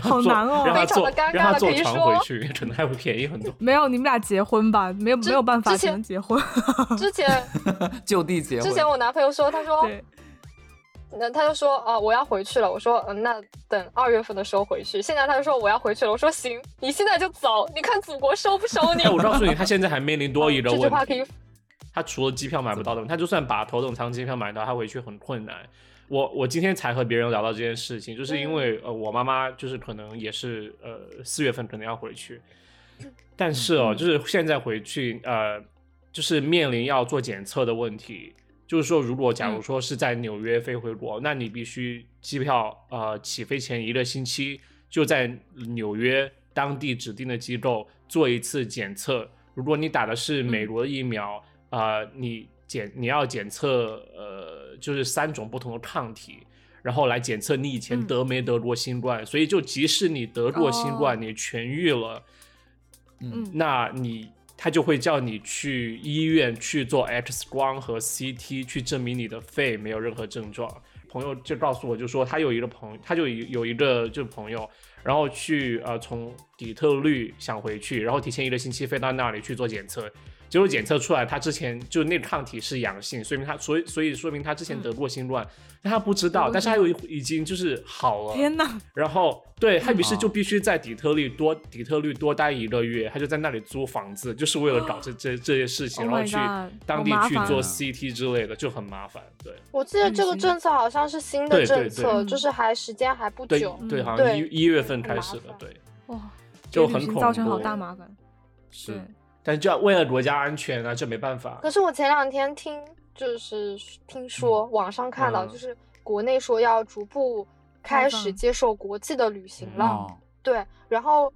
好难
让
哦。
他
非常
坐
地尴尬
让他
地
坐
可以
船
说
回去，可能还会便宜很多。
没有，你们俩结婚吧，没有
之
没有办法
之
才
前哦
能结婚。
之前
就地结婚。
之前我男朋友说，他说，
对，
那他就说，啊，我要回去了。我说，嗯、那等二月份的时候回去。现在他就说我要回去了。我说行，你现在就走，你看祖国收不收你
哎，？我告诉你，他现在还面临多疑 的
这句话
问
可以
题。他除了机票买不到的问题，他就算把头等舱机票买到，他回去很困难。我我今天才和别人聊到这件事情，就是因为、呃，我妈妈就是可能也是呃四月份可能要回去，但是哦，
嗯
就是现在回去呃，就是面临要做检测的问题。就是说，如果假如说是在纽约飞回国，那你必须机票呃起飞前一个星期就在纽约当地指定的机构做一次检测。如果你打的是美国的疫苗，啊，你检你要检测呃就是三种不同的抗体，然后来检测你以前
嗯
得没得过新冠。所以就即使你得过新冠，
哦
你痊愈了，
嗯，
嗯
那你他就会叫你去医院去做 X 光和 CT，去证明你的肺没有任何症状。朋友就告诉我，就说他有一个朋他就有有一个就朋友，然后去呃从底特律想回去，然后提前一个星期飞到那里去做检测，结果检测出来他之前就那个抗体是阳性，说明他所以所以说明他之前
嗯
得过新冠，但他不知
得
道，
过
但是
新
他有一已经就是好了，
天哪，
然后对他，于是
嗯
哦
就必须在底特律多底特律多待一个月，他就在那里租房子，就是为了搞这这这些事情，
Oh
然后
my
去
God，
当
好
地
麻
去
烦
做
啊
CT 之类的，就很麻烦。对
我记得
旅
这个
行
政策好像是新
对
的政
对对
策，就是还时间还不
对
久。
对，
嗯
好像
对
一一月份
很
开
麻
始的，
烦
对，
哇，
就
给
很
旅行
恐
造成好
怖啊
大麻烦。对
是，
但就要为了国家安全啊，这没办法
可。是我前两天听，就是听说网上看到，
嗯
就是国内说要逐步开
开
始
放
接受国际的旅行
嗯
了。
哦，
对，然后，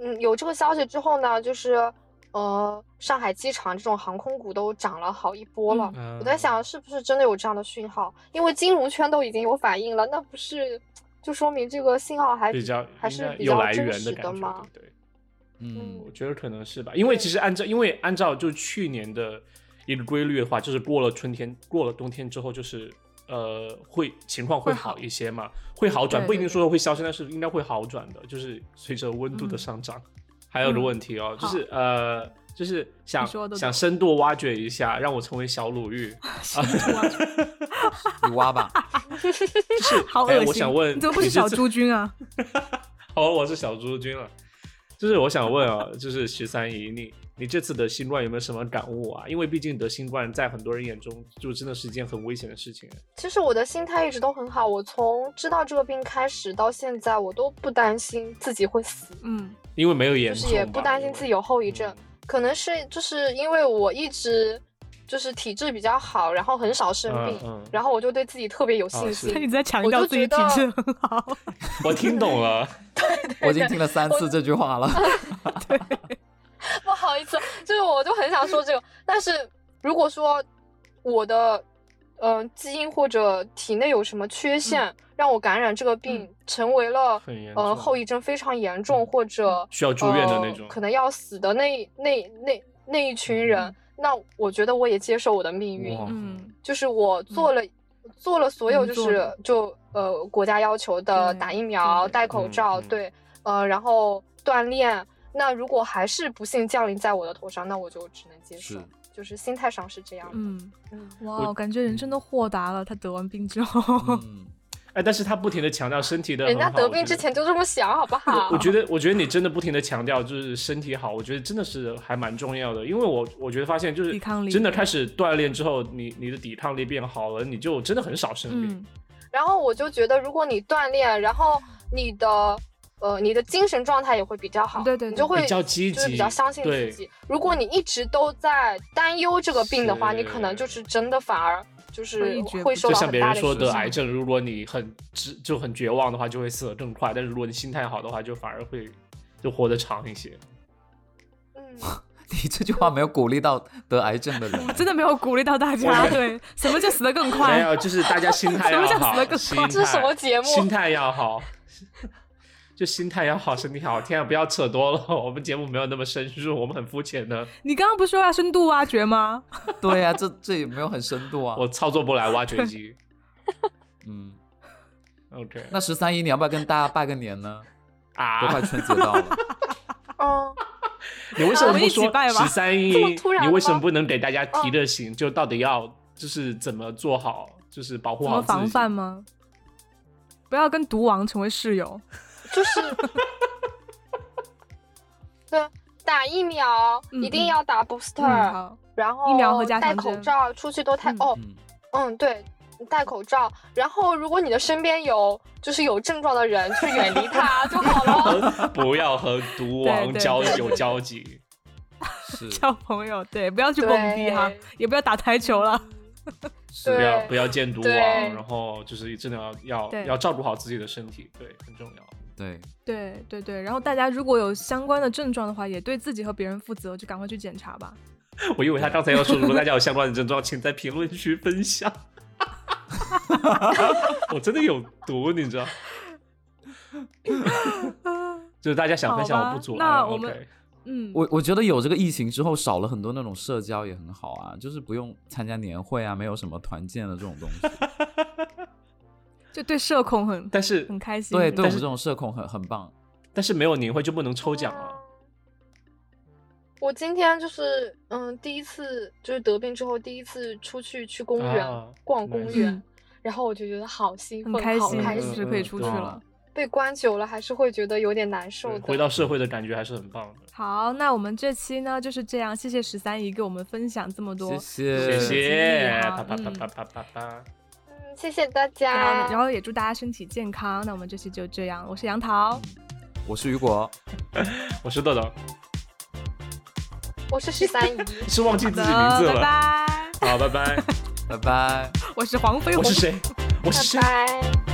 嗯，有这个消息之后呢，就是，呃，上海机场这种航空股都涨了好一波了。我在
嗯
想，是不是真的有这样的讯号？因为金融圈都已经有反应了，那不是就说明这个信号还
比较
还
应
是
该
比
有
较
来
真
源
实
感觉，
吗？
对对。
嗯
嗯
我觉得可能是吧，因为其实按照因为按照就去年的一个规律的话，就是过了春天，过了冬天之后，就是呃会情况会
会好
好一些嘛，会好转，
对
不一
对
定
对
说会消失，但是应该会好转的，就是随着温度的
嗯
上涨。还有个
嗯
问题哦，就
好
是呃就是想
你说的
想
对
深度挖掘一下，让我成为小鲁 豫，
深度 啊
你 挖吧，
就是
好
哎
恶心！
我想问，
你怎么不是
你
小
怎
朱军 啊？
哦，我是小猪君了。就是我想问啊，就是徐三姨，你你这次得新冠有没有什么感悟啊？因为毕竟得新冠在很多人眼中就真的是一件很危险的事情。
其实我的心态一直都很好，我从知道这个病开始到现在，我都不担心自己会死，
嗯，
因为没有严
就是
重吧，
也不担心
因为
自己有后遗症。
嗯
可能是就是因为我一直就是体质比较好，然后很少生病，
嗯嗯
然后我就对自己特别有信
是
心。
那你在强
我
调
就
自己
觉
体
得
质很 好，
我听 懂了，
我已经听了三次这句话了。
不好意思，就是我就很想说 这个，但是如果说我的嗯、呃基因或者体内有什么缺陷，让我感染这个病，成为了
嗯很严
呃
重
后遗症非常严重、或者
需要住院的那种
呃、可能要死的那一那那那一群人，
嗯
那我觉得我也接受我的命运，
哇
嗯，
就是我做了、做了所有就
能做
是
的
就呃国家要求的
对
打疫
对
苗、
对
戴口
嗯
罩，
嗯
对，呃，然后锻炼。那如果还是不幸降临在我的头上，那我就只能接受
是，
就是心态上是这样的。
嗯，
嗯
哇，我感觉人真的豁达了。他得完病之后，
嗯，
哎，但是他不停的强调身体的，
人家得病之前就啊这么想，好不 好？
我觉得，我觉得你真的不停的强调就是身体好，我觉得真的是还蛮重要的，因为我我觉得发现就是
抵抗力
真的开始锻炼之后，你你的抵抗力变好了，你就真的很少生病。
嗯，
然后我就觉得，如果你锻炼，然后你的呃你的精神状态也会比较好，
对对对
你就会
比较积
就是
极
比较相信
对
自己。如果你一直都在担忧这个病的话，
是
你可能就是真的反而就是
一蹶
会
不
受
就
到
像
很
别
大
人
的
说
影
得
响。
癌症，如果你很知就很绝望的话，就会死得更快；但是如果你心态好的话，就反而会就活得长一些。
嗯，
你这句话没有鼓励到得癌症的人，
真的没有鼓励到大家。对，什么叫死得更
没
快？
有，哎就是大家心 态
什
要
么叫死
好
得，更快
心态
这是什么节目
心态要好，就心态要好，身体好。天啊，不要扯多了，我们节目没有那么深入，我们很肤浅的，
你刚刚不是说要深度挖掘吗？
对呀、这这也没有很深度啊。
我操作不来挖掘机。
嗯，
OK，
那十三姨，你要不要跟大家拜个年呢？都
啊，
快春节到了，
嗯，
你为什么
我们
不
一起
说
拜吧
十三一
这么突？然
你为什么
吗
不能给大家提个醒？就到底要就是怎么做好，就是保护
怎
好
么
自己。
防范吗？不要跟毒王成为室友。
就是对打疫苗
嗯
一
嗯
定要打 booster，、
嗯，好，
然后
疫苗和加
戴
强
口
针
罩，出去都戴、
嗯
哦，
嗯，
嗯，对，戴口罩。然后，如果你的身边有就是有症状的人，去远离 他就好了。
不要和毒王
对对
交
对
有交 集。
是
交朋友，对，不要去蹦迪哈
对，
也不要打台球了。
是
不
对
要不要见毒王，
对
然后就是真的要要
对
要照顾好自己的身体，对，很重要。
对，
对对对，然后大家如果有相关的症状的话，也对自己和别人负责，就赶快去检查吧。
我以为他刚才要说，如果大家有相关的症状，请在评论区分享。我真的有毒，你知道？就是大家想分享，
好吧
我不阻
那
拦。
我们
OK，
嗯，
我我觉得有这个疫情之后，少了很多那种社交也很好啊，就是不用参加年会啊，没有什么团建的这种东 西。
就对社恐很
但是
很开心。
对，对我
但
们
是
这种社恐很很棒。
但是没有年会就不能抽奖啊了。
我今天就是嗯，第一次就是得病之后第一次出去去公园、
啊
逛公
nice
园，然后我就觉得好兴
很
奋，
开
好
心，
开
就
心。
是可以出去
嗯嗯
了。
被关久了还是会觉得有点难受
对
的。
回到社会的感觉还是很棒的。
好，那我们这期呢就是这样，谢谢十三姨给我们分享这么多。
谢
谢
谢
谢，
嗯
啪啪啪啪啪啪啪。
嗯，谢谢大
然后
家，
然后也祝大家身体健康。那我们这期就这样，我是杨桃，
我是雨果，
我是豆豆，
我是十三 姨，
是忘记
好
自
的，
己名字
拜
了。
拜。
好，拜拜。
拜拜。
我是黄飞
我
鸿
是。谁？我是谁
拜？拜。